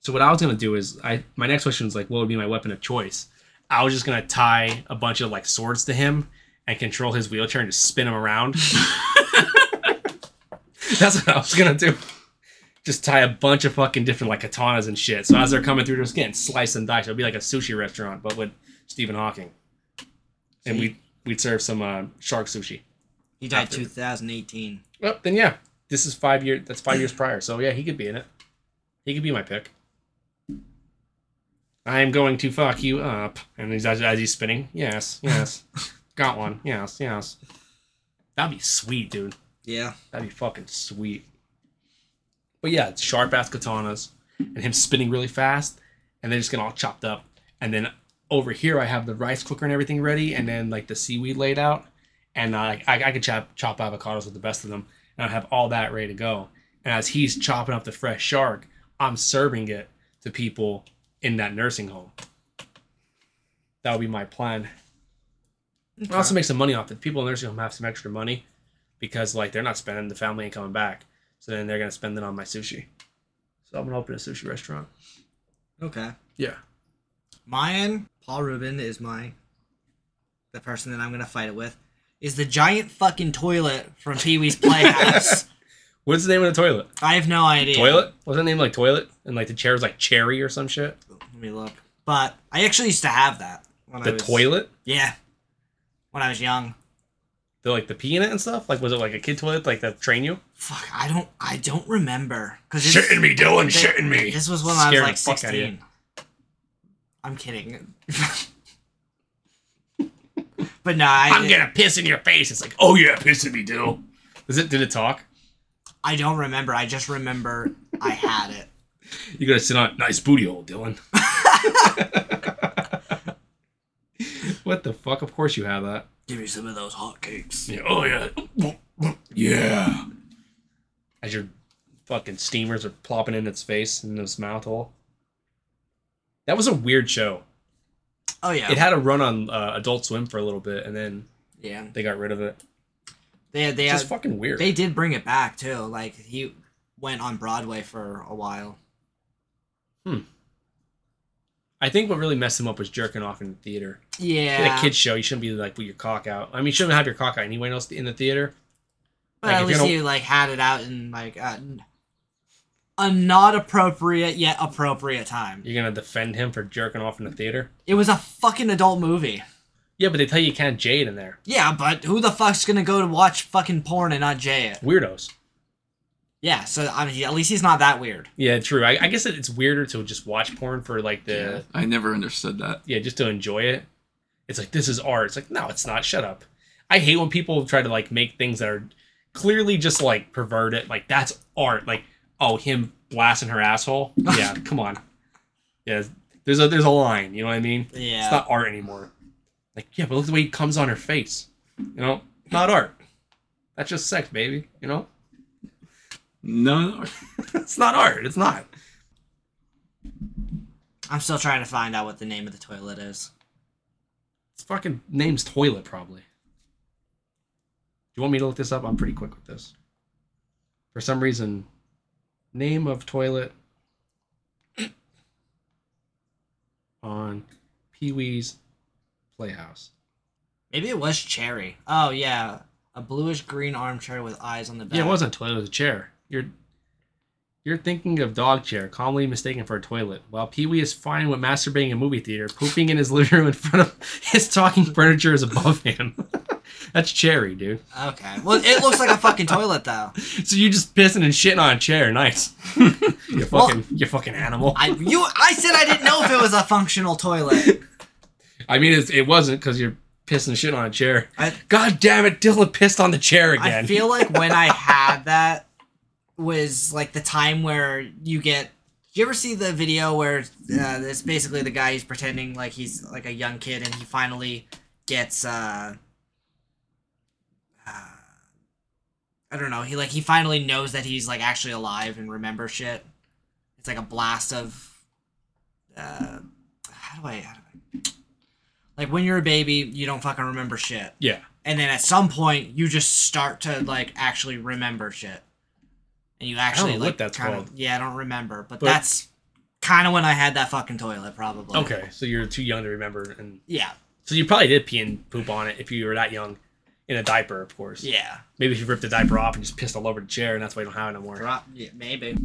[SPEAKER 5] So what I was gonna do is I my next question is like what would be my weapon of choice? I was just gonna tie a bunch of like swords to him and control his wheelchair and just spin him around. That's what I was gonna do. Just tie a bunch of fucking different like katanas and shit. So as they're coming through, they're just getting sliced and diced. It'd be like a sushi restaurant, but with Stephen Hawking. And we we'd serve some uh, shark sushi.
[SPEAKER 3] He died
[SPEAKER 5] After.
[SPEAKER 3] 2018.
[SPEAKER 5] Well, then yeah, this is five year. That's five years prior. So yeah, he could be in it. He could be my pick. I am going to fuck you up, and he's as, as he's spinning. Yes, yes, got one. Yes, yes. That'd be sweet, dude.
[SPEAKER 3] Yeah.
[SPEAKER 5] That'd be fucking sweet. But yeah, it's sharp ass katanas and him spinning really fast, and they're just getting all chopped up. And then over here, I have the rice cooker and everything ready, and then like the seaweed laid out, and uh, like, I I could chop chop avocados with the best of them, and I have all that ready to go. And as he's chopping up the fresh shark, I'm serving it to people in that nursing home. That would be my plan. I also make some money off it. People in the nursing home have some extra money because like they're not spending the family ain't coming back so then they're gonna spend it on my sushi so i'm gonna open a sushi restaurant
[SPEAKER 3] Okay.
[SPEAKER 5] yeah
[SPEAKER 3] Mine, Paul Rubin is my the person that I'm gonna fight it with. Is the giant fucking toilet from Pee Wee's Playhouse.
[SPEAKER 5] what's the name of the toilet
[SPEAKER 3] I have no idea.
[SPEAKER 5] toilet wasn't the name like toilet and like the chair was like cherry or some shit
[SPEAKER 3] Let me look. But I actually used to have that. When I
[SPEAKER 5] the
[SPEAKER 3] was,
[SPEAKER 5] toilet
[SPEAKER 3] Yeah. When I was young.
[SPEAKER 5] the like the pee in it and stuff like was it like a kid toilet like that train you
[SPEAKER 3] Fuck, I don't I don't remember. Cause it's-
[SPEAKER 5] me dylan
[SPEAKER 3] They- This was when
[SPEAKER 5] Scared
[SPEAKER 3] I was
[SPEAKER 5] the
[SPEAKER 3] like
[SPEAKER 5] fuck outta you.
[SPEAKER 3] 16. I'm kidding. but no, I,
[SPEAKER 5] i'm gonna piss in your face it's like oh yeah piss in me dill is it did it talk
[SPEAKER 3] I don't remember. I just remember I had it.
[SPEAKER 5] you gotta sit on nice booty hole dylan what the fuck of course you have that
[SPEAKER 3] Give me some of those hotcakes.
[SPEAKER 5] Yeah, oh yeah.
[SPEAKER 4] Yeah.
[SPEAKER 5] As your fucking steamers are plopping in its face in its mouth hole. That was a weird show.
[SPEAKER 3] Oh yeah,
[SPEAKER 5] It had a run on uh, Adult Swim for a little bit, and then
[SPEAKER 3] yeah.
[SPEAKER 5] they got rid of it.
[SPEAKER 3] They they
[SPEAKER 5] It's just
[SPEAKER 3] had-
[SPEAKER 5] fucking weird.
[SPEAKER 3] they did bring it back too. Like he went on Broadway for a while.
[SPEAKER 5] I think what really messed them up was jerking off in the theater.
[SPEAKER 3] Yeah,
[SPEAKER 5] In a kids show, you shouldn't be like with your cock out. I mean, you shouldn't have your cock out anywhere else in the theater.
[SPEAKER 3] but
[SPEAKER 5] like,
[SPEAKER 3] at
[SPEAKER 5] if
[SPEAKER 3] least
[SPEAKER 5] you're
[SPEAKER 3] you like had it out in like uh, n- a not appropriate yet appropriate time.
[SPEAKER 5] You're gonna defend him for jerking off in the theater.
[SPEAKER 3] It was a fucking adult movie.
[SPEAKER 5] Yeah, but they tell you you can't Jade in there.
[SPEAKER 3] Yeah, but who the fuck's gonna go to watch fucking porn and not Jay it?
[SPEAKER 5] Weirdos.
[SPEAKER 3] Yeah, so I mean, he- at least he's not that weird.
[SPEAKER 5] Yeah, true. I, I guess it, it's weirder to just watch porn for like the yeah.
[SPEAKER 4] I never understood that.
[SPEAKER 5] just to enjoy it. It's like this is art. It's like no, it's not. Shut up. I hate when people try to like make things that are clearly just like perverted. Like that's art. Like oh, him blasting her asshole. Yeah, come on. Yeah, there's a there's a line. You know what I mean?
[SPEAKER 3] Yeah.
[SPEAKER 5] It's not art anymore. Like yeah, but look at the way he comes on her face. You know, not art. That's just sex, baby. You know,
[SPEAKER 4] No,
[SPEAKER 5] it's not art. It's not.
[SPEAKER 3] I'm still trying to find out what the name of the toilet is.
[SPEAKER 5] It's fucking name's toilet probably. Do you want me to look this up? I'm pretty quick with this. For some reason, name of toilet on Pee Wee's Playhouse.
[SPEAKER 3] Maybe it was cherry. Oh yeah, a bluish green armchair with eyes on the back.
[SPEAKER 5] Yeah, it wasn't a toilet. It was a chair. You're you're thinking of dog chair, calmly mistaken for a toilet. While Pee Wee is fine with masturbating in movie theater, pooping in his living room in front of his talking furniture is above him. That's cherry, dude.
[SPEAKER 3] Okay. Well, it looks like a fucking toilet though.
[SPEAKER 5] So you just pissing and shitting on a chair. Nice. you fucking you fucking animal. I,
[SPEAKER 3] I you I said I didn't know if it was a functional toilet.
[SPEAKER 5] mean, it, it wasn't because you're pissing and shitting on a chair.
[SPEAKER 3] I-
[SPEAKER 5] God damn it, Dylan pissed on the chair again.
[SPEAKER 3] I feel like when I had that was like the time where you get. You ever see the video where uh, it's basically the guy he's pretending like he's like a young kid and he finally gets uh, uh I don't know he like he finally knows that he's like actually alive and remembers shit. It's like a blast of uh how do I, how do I like when you're a baby you don't fucking remember shit
[SPEAKER 5] yeah.
[SPEAKER 3] and then at some point you just start to like actually remember shit and you actually
[SPEAKER 5] know
[SPEAKER 3] like
[SPEAKER 5] what that's
[SPEAKER 3] kinda,
[SPEAKER 5] called.
[SPEAKER 3] yeah i don't remember but,
[SPEAKER 5] But-
[SPEAKER 3] that's kind of when i had that fucking toilet probably
[SPEAKER 5] Okay, so you're too young to remember, and
[SPEAKER 3] yeah
[SPEAKER 5] so you probably did pee and poop on it if you were that young, in a diaper, of course.
[SPEAKER 3] yeah
[SPEAKER 5] Maybe if you ripped the diaper off and just pissed all over the chair, and that's why you don't have it no more.
[SPEAKER 3] Pro- yeah, maybe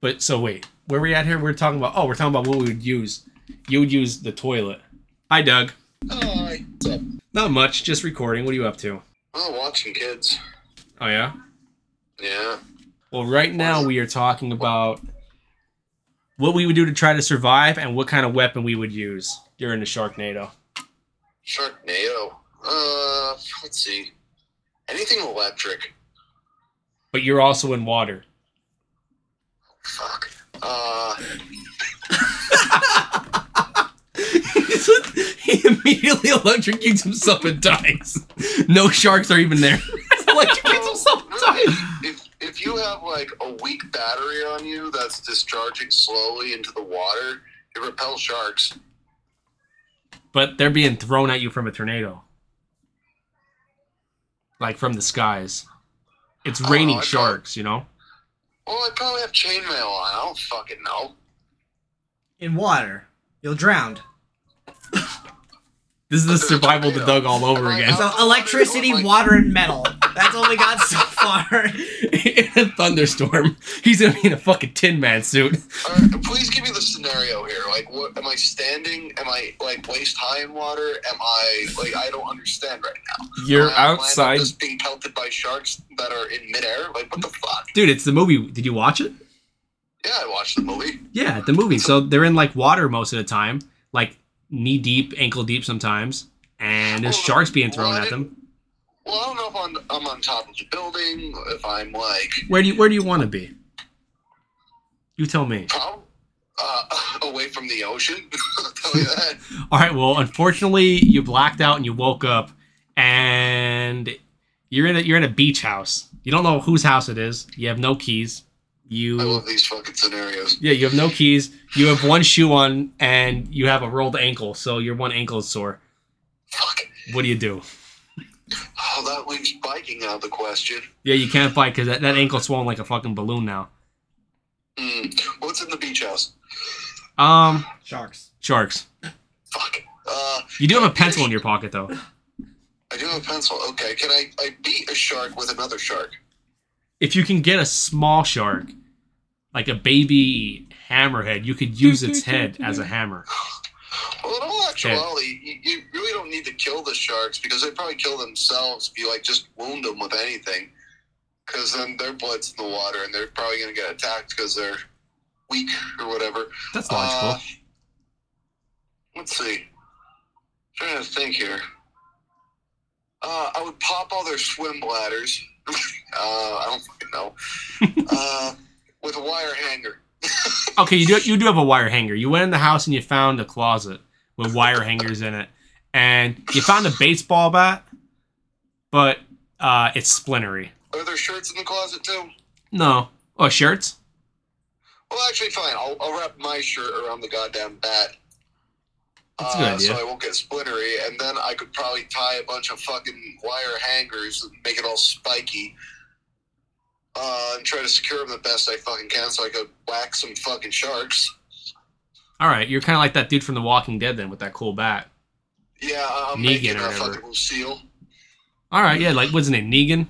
[SPEAKER 5] But so wait, where we at here? We're talking about oh, we're talking about what we would use. You would use the toilet. Hi, Doug.
[SPEAKER 6] Hi. What's up?
[SPEAKER 5] Not much, just recording. What are you up to?
[SPEAKER 6] Oh, watching kids.
[SPEAKER 5] Oh yeah.
[SPEAKER 6] Yeah.
[SPEAKER 5] Well, right now we are talking about what we would do to try to survive and what kind of weapon we would use during the Sharknado.
[SPEAKER 6] Sharknado. Uh, let's see. Anything electric.
[SPEAKER 5] But you're also in water.
[SPEAKER 6] Fuck. Uh,
[SPEAKER 5] he immediately electrocutes himself and dies. No sharks are even there. electrocutes himself and
[SPEAKER 6] really,
[SPEAKER 5] dies.
[SPEAKER 6] if, if, if you have like a weak battery on you that's discharging slowly into the water, it repels sharks.
[SPEAKER 5] But they're being thrown at you from a tornado. Like from the skies. It's raining
[SPEAKER 6] Oh, I thought-
[SPEAKER 5] sharks, you know?
[SPEAKER 6] Well, I probably have chainmail on. I don't fucking know.
[SPEAKER 3] in water you'll drown
[SPEAKER 5] This is the survival of the Doug all over
[SPEAKER 6] Am I
[SPEAKER 5] again.
[SPEAKER 6] out?
[SPEAKER 3] so electricity
[SPEAKER 6] Like-
[SPEAKER 3] water and metal that's all we got so far
[SPEAKER 5] in a thunderstorm. He's gonna be in a fucking Tin Man suit.
[SPEAKER 6] All right, please give me the scenario here. Like, what? Am I standing? Am I like waist high in water? Am I like I don't understand right now.
[SPEAKER 7] You're
[SPEAKER 6] Am Oh, I on land
[SPEAKER 7] outside.
[SPEAKER 6] Just being pelted by sharks that are in midair. Like, what the fuck?
[SPEAKER 5] Dude, it's the movie. Did you watch it?
[SPEAKER 6] Yeah, I watched the movie.
[SPEAKER 5] Yeah, the movie. So they're in like water most of the time, like knee deep, ankle deep sometimes, and there's
[SPEAKER 6] Well,
[SPEAKER 5] sharks being thrown
[SPEAKER 6] what?
[SPEAKER 5] at them.
[SPEAKER 6] Well, I don't know if I'm, I'm on top of the building, if I'm like
[SPEAKER 5] Where do you Where do you want to be? You tell me.
[SPEAKER 6] prob- uh, away from the ocean. I'll tell you that.
[SPEAKER 5] All right. Well, unfortunately, you blacked out and you woke up, and you're in a you're in a beach house. You don't know whose house it is. You have no keys. You
[SPEAKER 6] I love these fucking scenarios.
[SPEAKER 5] Yeah, you have no keys. You have one shoe on, and you have a rolled ankle, so your one ankle is sore.
[SPEAKER 6] Fuck.
[SPEAKER 5] What do you do?
[SPEAKER 6] Oh, that leaves biking out of the question.
[SPEAKER 5] Yeah, you can't fight because that, that ankle's swollen like a fucking balloon now.
[SPEAKER 6] Hmm. What's in the beach house?
[SPEAKER 5] Um,
[SPEAKER 3] sharks
[SPEAKER 5] sharks.
[SPEAKER 6] Fuck. Uh,
[SPEAKER 5] You do have a pencil in your pocket though.
[SPEAKER 6] I do have a pencil. Okay, can I, I beat a shark with another shark?
[SPEAKER 5] If you can get a small shark, like a baby hammerhead, you could use its head as a hammer.
[SPEAKER 6] Well, in all
[SPEAKER 5] Okay.
[SPEAKER 6] actuality, you, you really don't need to kill the sharks because they'd probably kill themselves if you like just wound them with anything. Because then their blood's in the water and they're probably going to get attacked because they're weak or whatever.
[SPEAKER 5] That's logical.
[SPEAKER 6] Uh, let's see. trying to think here. Uh, I would pop all their swim bladders. uh, I don't fucking know. uh, with a wire hanger.
[SPEAKER 5] okay, you do you do have a wire hanger. You went in the house and you found a closet with wire hangers in it, and you found a baseball bat, but uh, it's splintery.
[SPEAKER 6] Are there shirts in the closet too?
[SPEAKER 5] No, oh shirts.
[SPEAKER 6] Well, actually, fine. I'll, I'll wrap my shirt around the goddamn bat.
[SPEAKER 5] That's a good
[SPEAKER 6] uh,
[SPEAKER 5] idea.
[SPEAKER 6] So I won't get splintery, and then I could probably tie a bunch of fucking wire hangers and make it all spiky. Uh, and try to secure them the best I fucking can, so I could whack some fucking sharks.
[SPEAKER 5] All right, you're kind of like that dude from The Walking Dead then with that cool bat.
[SPEAKER 6] Yeah, I'm
[SPEAKER 5] Negan
[SPEAKER 6] making
[SPEAKER 5] or
[SPEAKER 6] a
[SPEAKER 5] whatever.
[SPEAKER 6] fucking seal.
[SPEAKER 5] All right, yeah, like what's his name? Negan.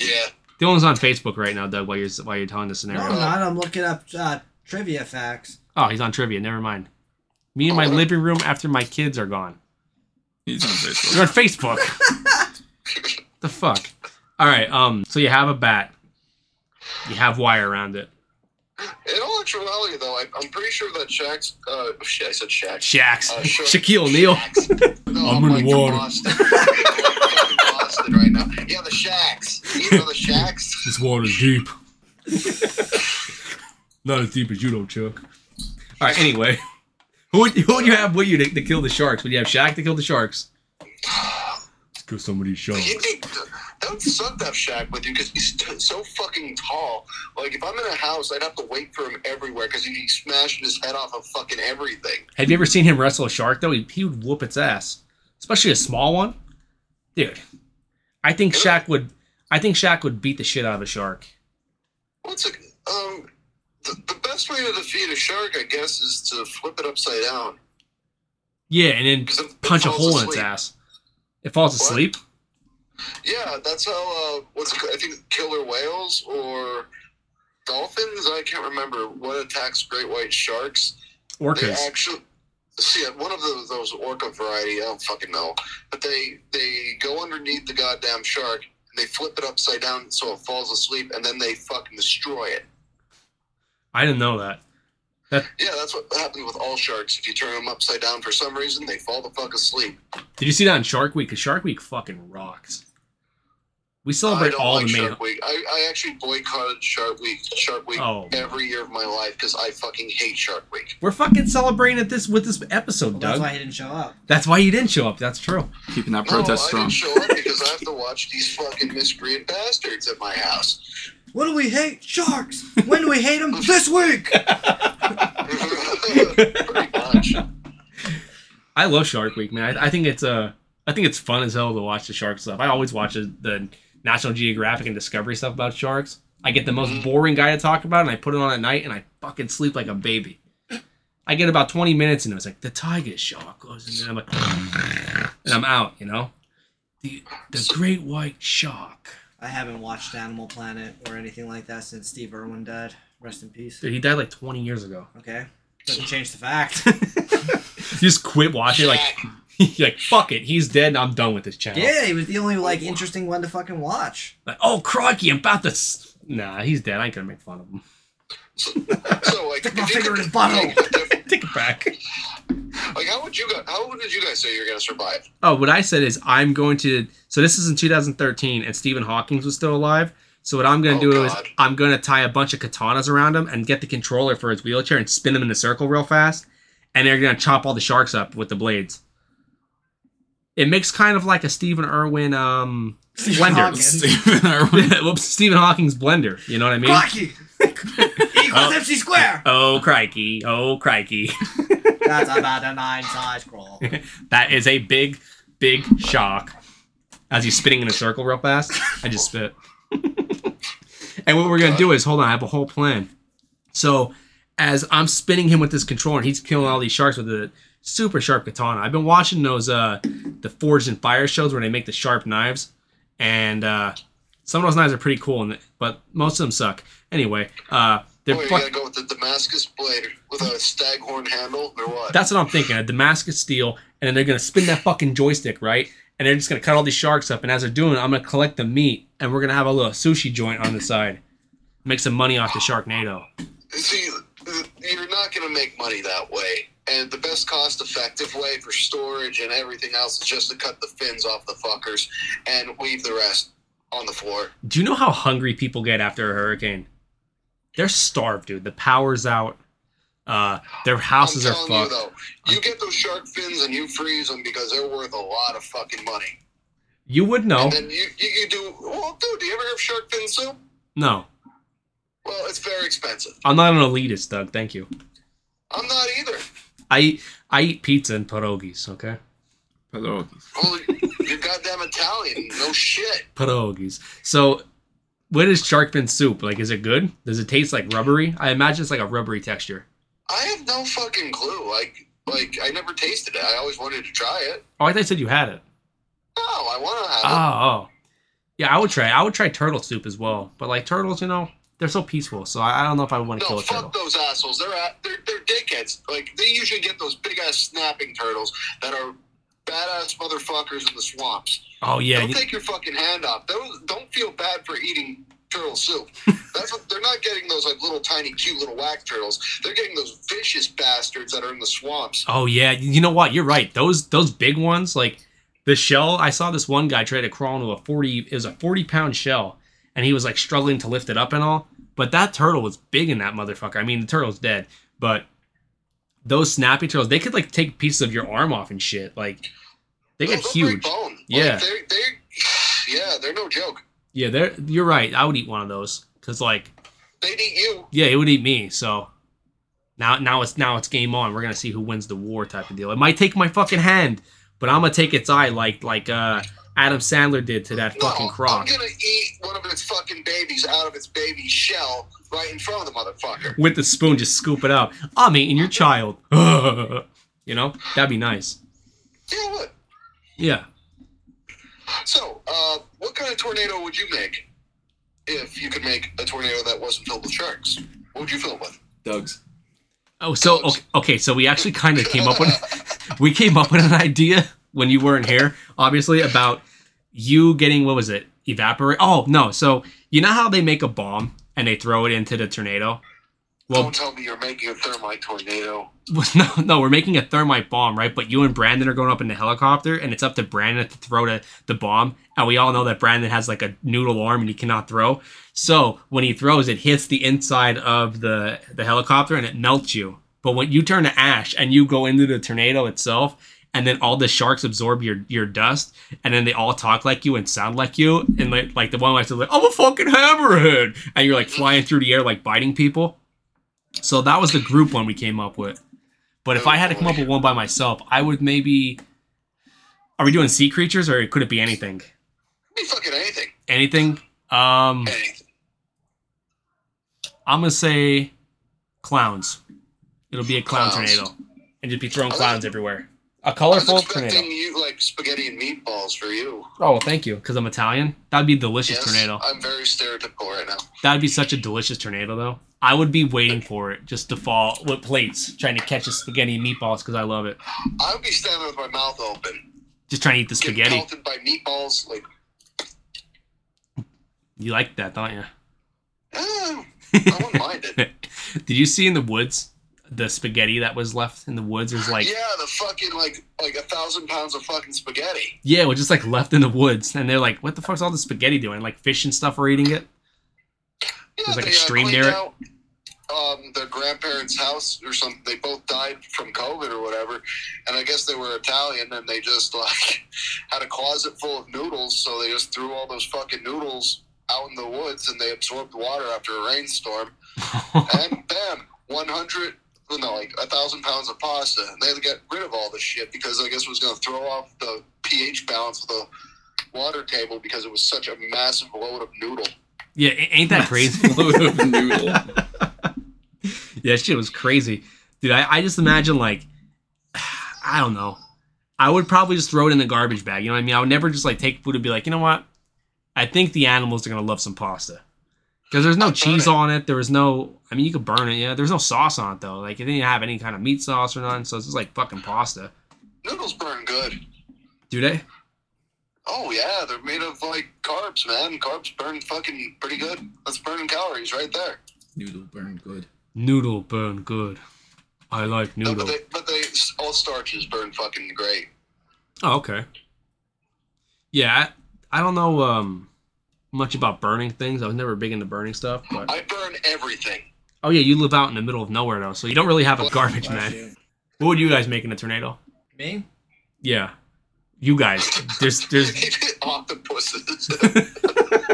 [SPEAKER 6] Yeah.
[SPEAKER 5] The one's on Facebook right now, Doug. While you're while you're telling the
[SPEAKER 3] No,
[SPEAKER 5] scenario.
[SPEAKER 3] I'm not. I'm looking up uh, trivia facts.
[SPEAKER 5] Oh, he's on trivia. Never mind. Me in my living room after my kids are gone.
[SPEAKER 4] He's on
[SPEAKER 5] You're
[SPEAKER 4] Facebook.
[SPEAKER 5] on Facebook. the fuck. All right. Um. So you have a bat. You have wire around it.
[SPEAKER 6] In all actuality, though, I, I'm pretty sure that Shaq's. Uh, shit, I said Shaq.
[SPEAKER 5] Shaq's
[SPEAKER 6] Uh, sure.
[SPEAKER 5] Shaquille O'Neal.
[SPEAKER 6] Shaq's. No,
[SPEAKER 5] I'm in
[SPEAKER 6] like
[SPEAKER 5] the water.
[SPEAKER 6] Boston. I'm in Boston right now. Yeah, the Shaqs. You know the Shaqs.
[SPEAKER 5] This water's deep. Not as deep as you know, Chuck. All right. Anyway, who would, who would you have with you to, to kill the sharks? Would you have Shaq to kill the sharks? Let's kill some of these sharks.
[SPEAKER 6] He'd be, that would suck to have Shaq with you because he's t- so fucking tall. Like, if I'm in a house, I'd have to wait for him everywhere because he'd be smashing his head off of fucking everything.
[SPEAKER 5] Have you ever seen him wrestle a shark though? He, he would whoop its ass, especially a small one. Dude, I think Shaq would. I think Shaq would beat the shit out of a shark.
[SPEAKER 6] What's a. Um, the, the best way to defeat a shark, I guess, is to flip it upside down.
[SPEAKER 5] Yeah, and then
[SPEAKER 6] 'Cause it-
[SPEAKER 5] punch
[SPEAKER 6] it
[SPEAKER 5] a
[SPEAKER 6] falls
[SPEAKER 5] hole in its
[SPEAKER 6] asleep.
[SPEAKER 5] ass. It falls
[SPEAKER 6] What?
[SPEAKER 5] asleep.
[SPEAKER 6] Yeah, that's how. Uh, what's it, called? I think killer whales or dolphins? I can't remember what attacks great white sharks. They
[SPEAKER 5] Orcas.
[SPEAKER 6] actually see yeah, one of those, those orca variety. I don't fucking know, but they they go underneath the goddamn shark and they flip it upside down so it falls asleep, and then they fucking destroy it.
[SPEAKER 5] I didn't know that.
[SPEAKER 6] Yeah, that's what happens with all sharks. If you turn them upside down for some reason, they fall the fuck asleep.
[SPEAKER 5] Did you see that on Shark Week? Cause Shark Week fucking rocks. We
[SPEAKER 6] I
[SPEAKER 5] celebrate
[SPEAKER 6] don't
[SPEAKER 5] all
[SPEAKER 6] like
[SPEAKER 5] the main.
[SPEAKER 6] Shark Week. I, I actually boycotted Shark Week. Shark Week
[SPEAKER 5] Oh.
[SPEAKER 6] every year of my life because I fucking hate Shark Week.
[SPEAKER 5] We're fucking celebrating it this with this episode,
[SPEAKER 3] Well,
[SPEAKER 5] Doug.
[SPEAKER 3] that's why he didn't show up.
[SPEAKER 5] you didn't show up. That's true.
[SPEAKER 4] Keeping that
[SPEAKER 6] No, Oh, I
[SPEAKER 4] protest
[SPEAKER 6] didn't
[SPEAKER 4] strong.
[SPEAKER 6] show up because I have to watch these fucking miscreant bastards at my house.
[SPEAKER 3] What do we hate? Sharks. When do we hate them? this week.
[SPEAKER 6] Pretty much.
[SPEAKER 5] I love Shark Week, man. I, I think it's uh, I think it's fun as hell to watch the shark stuff. I always watch the- the National Geographic and Discovery stuff about sharks. I get the most boring guy to talk about, and I put it on at night, and I fucking sleep like a baby. I get about twenty minutes, and it was like the tiger shark goes, and then I'm like, and I'm out, you know. The the great white shark.
[SPEAKER 3] I haven't watched Animal Planet or anything like that since Steve Irwin died. Rest in peace.
[SPEAKER 5] Dude, he died like twenty years ago.
[SPEAKER 3] Okay. Doesn't change the fact.
[SPEAKER 5] You just quit watching, like, you're like fuck it, he's dead, and I'm done with this channel.
[SPEAKER 3] yeah, he was the only like interesting one to fucking watch.
[SPEAKER 5] Like, oh crikey, I'm about to. S-. Nah, he's dead. I ain't gonna make fun of him.
[SPEAKER 6] So like,
[SPEAKER 3] Stick my
[SPEAKER 6] if you
[SPEAKER 3] finger
[SPEAKER 6] could-
[SPEAKER 3] in his butthole.
[SPEAKER 6] Like,
[SPEAKER 5] Take it back.
[SPEAKER 6] like, how would you guys? How did you guys say you're gonna survive?
[SPEAKER 5] Oh, what I said is I'm going to. So this is in 2013, and Stephen Hawking was still alive. So what I'm going
[SPEAKER 6] Oh,
[SPEAKER 5] to do
[SPEAKER 6] God.
[SPEAKER 5] is I'm going to tie a bunch of katanas around him and get the controller for his wheelchair and spin him in a circle real fast, and they're going to chop all the sharks up with the blades. It makes kind of like a Stephen Irwin um, blender.
[SPEAKER 3] Hawking.
[SPEAKER 4] Stephen Irwin.
[SPEAKER 5] Whoops, Stephen Hawking's blender. You know what I mean?
[SPEAKER 3] Crikey! Equals MC square.
[SPEAKER 5] Oh crikey! Oh crikey!
[SPEAKER 3] That's about a nine size crawl.
[SPEAKER 5] That is a big, big shock. As he's spinning in a circle real fast, I just spit. and what we're gonna do is hold on, I have a whole plan. So as I'm spinning him with this controller and he's killing all these sharks with a super sharp katana. I've been watching those uh the Forged and Fire shows where they make the sharp knives. And uh some of those knives are pretty cool and but most of them suck. Anyway, uh they're
[SPEAKER 6] Oh, you
[SPEAKER 5] fuck-
[SPEAKER 6] gotta go with the Damascus blade with a staghorn handle or what?
[SPEAKER 5] That's what I'm thinking. A Damascus steel, and then they're gonna spin that fucking joystick, right? And they're just gonna cut all these sharks up. And as they're doing it, I'm gonna collect the meat, and we're gonna have a little sushi joint on the side. Make some money off the Sharknado.
[SPEAKER 6] See, you're not going to make money that way. And the best cost effective way for storage and everything else is just to cut the fins off the fuckers and leave the rest on the floor.
[SPEAKER 5] Do you know how hungry people get after a hurricane? They're starved, dude. The power's out. Uh, their houses
[SPEAKER 6] I'm
[SPEAKER 5] are fucked.
[SPEAKER 6] telling you though, you get those shark fins and you freeze them because they're worth a lot of fucking money.
[SPEAKER 5] You would know.
[SPEAKER 6] And then you, you, you do, well, dude, do you ever have shark fin soup?
[SPEAKER 5] No,
[SPEAKER 6] Well, it's very expensive.
[SPEAKER 5] I'm not an elitist, Doug. Thank you.
[SPEAKER 6] I'm not either.
[SPEAKER 5] I eat, I eat pizza and pierogies. Okay,
[SPEAKER 4] Pierogies.
[SPEAKER 6] Well, you're goddamn Italian. No shit.
[SPEAKER 5] pierogies. So, what is shark fin soup like? Is it good? Does it taste like rubbery? I imagine it's like a rubbery texture.
[SPEAKER 6] I have no fucking clue. Like, like I never tasted it. I always wanted to try it.
[SPEAKER 5] Oh, I thought you said you had it.
[SPEAKER 6] No, I want to have it.
[SPEAKER 5] Oh, oh. yeah, I would try. I would try turtle soup as well. But like turtles, you know, they're so peaceful. So I, I don't know if I would want to
[SPEAKER 6] No,
[SPEAKER 5] kill a
[SPEAKER 6] fuck
[SPEAKER 5] turtle.
[SPEAKER 6] those assholes. They're at, they're they're dickheads. Like they usually get those big ass snapping turtles that are badass motherfuckers in the swamps.
[SPEAKER 5] Oh yeah,
[SPEAKER 6] don't
[SPEAKER 5] you-
[SPEAKER 6] take your fucking hand off. Don't don't feel bad for eating turtle soup. That's what they're not getting those like little tiny cute little whack turtles. They're getting those vicious bastards that are in the swamps.
[SPEAKER 5] Oh yeah, you know what? You're right. Those those big ones, like the shell. I saw this one guy try to crawl into a forty. It was a forty pound shell, and he was like struggling to lift it up and all. But that turtle was big in that motherfucker. I mean, the turtle's dead, but those snappy turtles, they could like take pieces of your arm off and shit. Like they
[SPEAKER 6] No,
[SPEAKER 5] get
[SPEAKER 6] they'll break
[SPEAKER 5] huge.
[SPEAKER 6] Bone. Like,
[SPEAKER 5] Yeah.
[SPEAKER 6] they they yeah, they're no joke.
[SPEAKER 5] Yeah, they're, you're right. I would eat one of those because like
[SPEAKER 6] They'd eat you.
[SPEAKER 5] yeah, it would eat me. So. Now, now it's now it's game on. We're gonna see who wins the war type of deal. It might take my fucking hand, but I'm gonna take its eye like like uh Adam Sandler did to that
[SPEAKER 6] No,
[SPEAKER 5] fucking
[SPEAKER 6] I'm
[SPEAKER 5] croc
[SPEAKER 6] gonna eat one of its fucking babies out of its baby's shell right in front of the motherfucker.
[SPEAKER 5] with the spoon. Just scoop it up. I'm eating your child. you know that'd be nice.
[SPEAKER 6] Yeah, what?
[SPEAKER 5] Yeah.
[SPEAKER 6] So, uh, what kind of tornado would you make if you could make a tornado that wasn't filled with sharks? What would you fill it with?
[SPEAKER 4] Doug's.
[SPEAKER 5] Oh, so okay, okay so we actually kind of came up with we came up with an idea when you weren't here, obviously about you getting what was it evaporate? Oh no, so you know how they make a bomb and they throw it into the tornado. Well,
[SPEAKER 6] Don't tell me you're making a thermite tornado.
[SPEAKER 5] no, no, we're making a thermite bomb, right? But you and Brandon are going up in the helicopter, and it's up to Brandon to throw the, the bomb. And we all know that Brandon has like a noodle arm and he cannot throw. So when he throws, it hits the inside of the, the helicopter and it melts you. But when you turn to ash and you go into the tornado itself, and then all the sharks absorb your, your dust, and then they all talk like you and sound like you, and like, like the one where I said, like, I'm a fucking hammerhead, and you're like flying through the air like biting people. So that was the group one we came up with. But if I had to come up with one by myself, I would maybe. Are we doing sea creatures or could it be anything?
[SPEAKER 6] Be fucking anything.
[SPEAKER 5] Anything? Um,
[SPEAKER 6] Anything.
[SPEAKER 5] I'm gonna say clowns. It'll be a clown
[SPEAKER 6] Clowns.
[SPEAKER 5] tornado, and just be throwing
[SPEAKER 6] I like-
[SPEAKER 5] clowns everywhere. A
[SPEAKER 6] I was
[SPEAKER 5] colorful
[SPEAKER 6] expecting
[SPEAKER 5] tornado.
[SPEAKER 6] you like spaghetti and meatballs for you.
[SPEAKER 5] Oh, thank you, because I'm Italian. That'd be a delicious
[SPEAKER 6] Yes,
[SPEAKER 5] tornado.
[SPEAKER 6] I'm very stereotypical right now.
[SPEAKER 5] That'd be such a delicious tornado, though. I would be waiting for it just to fall with plates, trying to catch the spaghetti and meatballs because I love it.
[SPEAKER 6] I would be standing with my mouth open,
[SPEAKER 5] Just trying to eat the
[SPEAKER 6] getting
[SPEAKER 5] spaghetti.
[SPEAKER 6] pelted by meatballs. Like,
[SPEAKER 5] You like that, don't you?
[SPEAKER 6] eh, I wouldn't mind it.
[SPEAKER 5] Did you see in the woods the spaghetti that was left in the woods? There's like
[SPEAKER 6] yeah, the fucking like like a thousand pounds of fucking spaghetti.
[SPEAKER 5] yeah, it was just like left in the woods, and they're like, "What the fuck's all the spaghetti doing?" Like fish and stuff are eating it.
[SPEAKER 6] Yeah,
[SPEAKER 5] There's, like, a
[SPEAKER 6] they, uh,
[SPEAKER 5] stream
[SPEAKER 6] cleaned
[SPEAKER 5] near it.
[SPEAKER 6] out, Um, their grandparents' house or something. They both died from COVID or whatever, and I guess they were Italian and they just like had a closet full of noodles, so they just threw all those fucking noodles out in the woods and they absorbed water after a rainstorm, and bam, one hundred. No, like a thousand pounds of pasta, and they had to get rid of all this shit because I guess it was going to throw off the pH balance of the water table because it was such a massive load of noodle.
[SPEAKER 5] Yeah, a- ain't that crazy?
[SPEAKER 4] Load of noodle.
[SPEAKER 5] yeah, that shit was crazy, dude. I, I just imagine like, I don't know. I would probably just throw it in the garbage bag. You know what I mean? I would never just like take food and be like, you know what? I think the animals are gonna love some pasta. Because there's no
[SPEAKER 6] I'd burn
[SPEAKER 5] cheese
[SPEAKER 6] it.
[SPEAKER 5] on it. There was no. I mean, you could burn it. Yeah. There's no sauce on it though. Like it didn't have any kind of meat sauce or nothing. So it's just like fucking pasta.
[SPEAKER 6] Noodles burn good.
[SPEAKER 5] Do they?
[SPEAKER 6] Oh yeah, they're made of like carbs, man. Carbs burn fucking pretty good. That's burning calories right there.
[SPEAKER 4] Noodle burn good.
[SPEAKER 5] Noodle burn good. I like
[SPEAKER 6] No,
[SPEAKER 5] noodle.
[SPEAKER 6] but they, but they all starches burn fucking great.
[SPEAKER 5] Oh, okay. Yeah, I, I don't know um much about burning things. I was never big into burning stuff, but
[SPEAKER 6] I burn everything.
[SPEAKER 5] oh yeah, you live out in the middle of nowhere though, so you don't really have a garbage man. What would you guys make in a tornado?
[SPEAKER 3] Me?
[SPEAKER 5] Yeah, you guys. There's there's
[SPEAKER 6] Octopuses.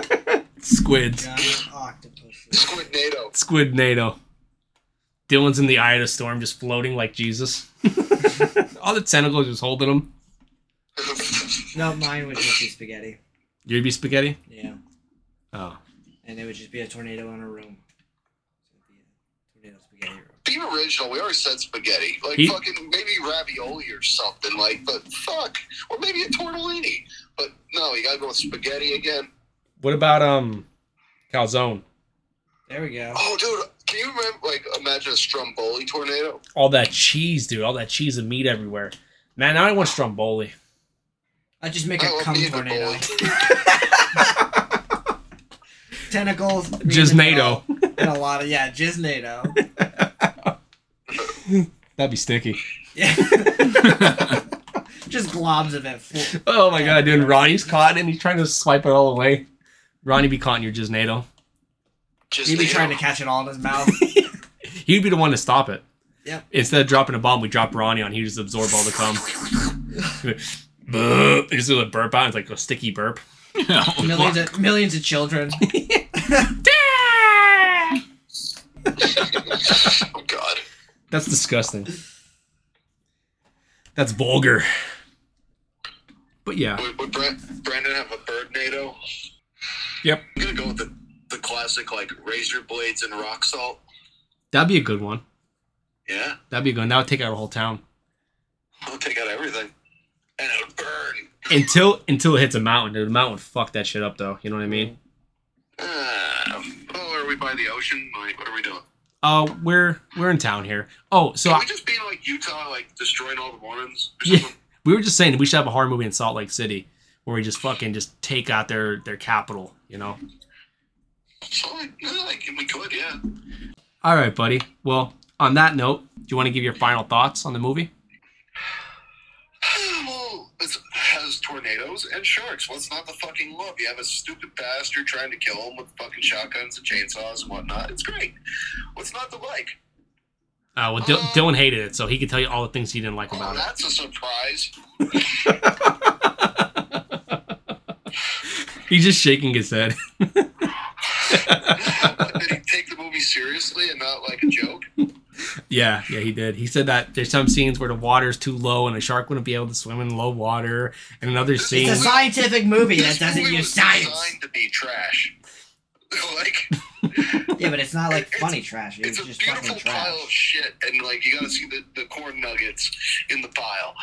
[SPEAKER 5] squids,
[SPEAKER 3] Giant octopus.
[SPEAKER 6] Squid NATO.
[SPEAKER 5] squid NATO. Dylan's in the eye of the storm, just floating like Jesus. All the tentacles just holding him.
[SPEAKER 3] No, mine would just be spaghetti.
[SPEAKER 5] You'd be spaghetti.
[SPEAKER 3] Yeah.
[SPEAKER 5] Oh,
[SPEAKER 3] And it would just be a tornado in a room. So it'd be a tornado spaghetti room.
[SPEAKER 6] Be original. We already said spaghetti. Like
[SPEAKER 5] He-
[SPEAKER 6] fucking maybe ravioli or something. Like, but fuck, or maybe a tortellini. But no, you gotta go with spaghetti again.
[SPEAKER 5] what about um calzone?
[SPEAKER 3] There we go.
[SPEAKER 6] Oh, dude, can you remember? Like, imagine a Stromboli tornado.
[SPEAKER 5] all that cheese, dude. All that cheese and meat everywhere. Man, now I want Stromboli.
[SPEAKER 3] I'd just make
[SPEAKER 6] I
[SPEAKER 3] a
[SPEAKER 6] love
[SPEAKER 3] cum
[SPEAKER 6] being a
[SPEAKER 3] tornado.
[SPEAKER 6] boy.
[SPEAKER 3] Tentacles. being
[SPEAKER 5] Just
[SPEAKER 3] in
[SPEAKER 5] NATO.
[SPEAKER 3] the- And a lot of, yeah, just NATO.
[SPEAKER 5] That'd be sticky.
[SPEAKER 3] Yeah. just globs of it. Full.
[SPEAKER 5] Oh my god, dude. Ronnie's caught and he's trying to swipe it all away. Ronnie be caught in your just NATO.
[SPEAKER 6] Just
[SPEAKER 3] He'd be
[SPEAKER 6] NATO.
[SPEAKER 3] trying to catch it all in his mouth.
[SPEAKER 5] He'd be the one to stop it.
[SPEAKER 3] Yep.
[SPEAKER 5] Instead of dropping a bomb, we drop Ronnie on. He just absorb all the cum. burp. It's just a burp out. It's like a sticky burp.
[SPEAKER 3] Millions of, millions of children.
[SPEAKER 6] Oh God.
[SPEAKER 5] That's disgusting. That's vulgar. But yeah.
[SPEAKER 6] Would, would Bran- Brandon have a bird NATO?
[SPEAKER 5] Yep.
[SPEAKER 6] I'm gonna go with the, the classic like razor blades and rock salt.
[SPEAKER 5] That'd be a good one.
[SPEAKER 6] Yeah,
[SPEAKER 5] That'd be a good one. That would take out a whole town.
[SPEAKER 6] I'll take out everything, and it'll burn.
[SPEAKER 5] until until it hits a mountain, dude. The mountain would fuck that shit up, though. You know what I mean?
[SPEAKER 6] Uh, oh, are we by the ocean? Like, what are we doing?
[SPEAKER 5] Uh, we're we're in town here. Oh, so
[SPEAKER 6] Can
[SPEAKER 5] I,
[SPEAKER 6] we just be in, like Utah, like destroying all the Mormons? or
[SPEAKER 5] Yeah.
[SPEAKER 6] something?
[SPEAKER 5] we were just saying we should have a horror movie in Salt Lake City where we just fucking just take out their their capital. You know?
[SPEAKER 6] So, like, yeah, like, we could, yeah.
[SPEAKER 5] All right, buddy. Well, on that note, do you want to give your final thoughts on the movie?
[SPEAKER 6] well, it has tornadoes and sharks. What's not the fucking love? You have a stupid bastard trying to kill him with fucking shotguns and chainsaws and whatnot. It's great. What's not to like?
[SPEAKER 5] Uh, well, Dil- Dylan hated it, so he could tell you all the things he didn't like
[SPEAKER 6] Oh,
[SPEAKER 5] about it.
[SPEAKER 6] that's a surprise.
[SPEAKER 5] He's just shaking his head.
[SPEAKER 6] Did he take the movie seriously and not like a joke?
[SPEAKER 5] Yeah, yeah, he did. He said that there's some scenes where the water's too low and a shark wouldn't be able to swim in low water, and another
[SPEAKER 3] It's a
[SPEAKER 5] scene.
[SPEAKER 3] scientific movie that
[SPEAKER 6] This
[SPEAKER 3] doesn't
[SPEAKER 6] movie
[SPEAKER 3] use
[SPEAKER 6] was
[SPEAKER 3] science.
[SPEAKER 6] Designed to be trash. Like
[SPEAKER 3] Yeah, but it's not like
[SPEAKER 6] It's-
[SPEAKER 3] funny trash. It's,
[SPEAKER 6] it's a
[SPEAKER 3] just fucking
[SPEAKER 6] beautiful pile of
[SPEAKER 3] trash.
[SPEAKER 6] shit, and like you gotta see the, the corn nuggets in the pile.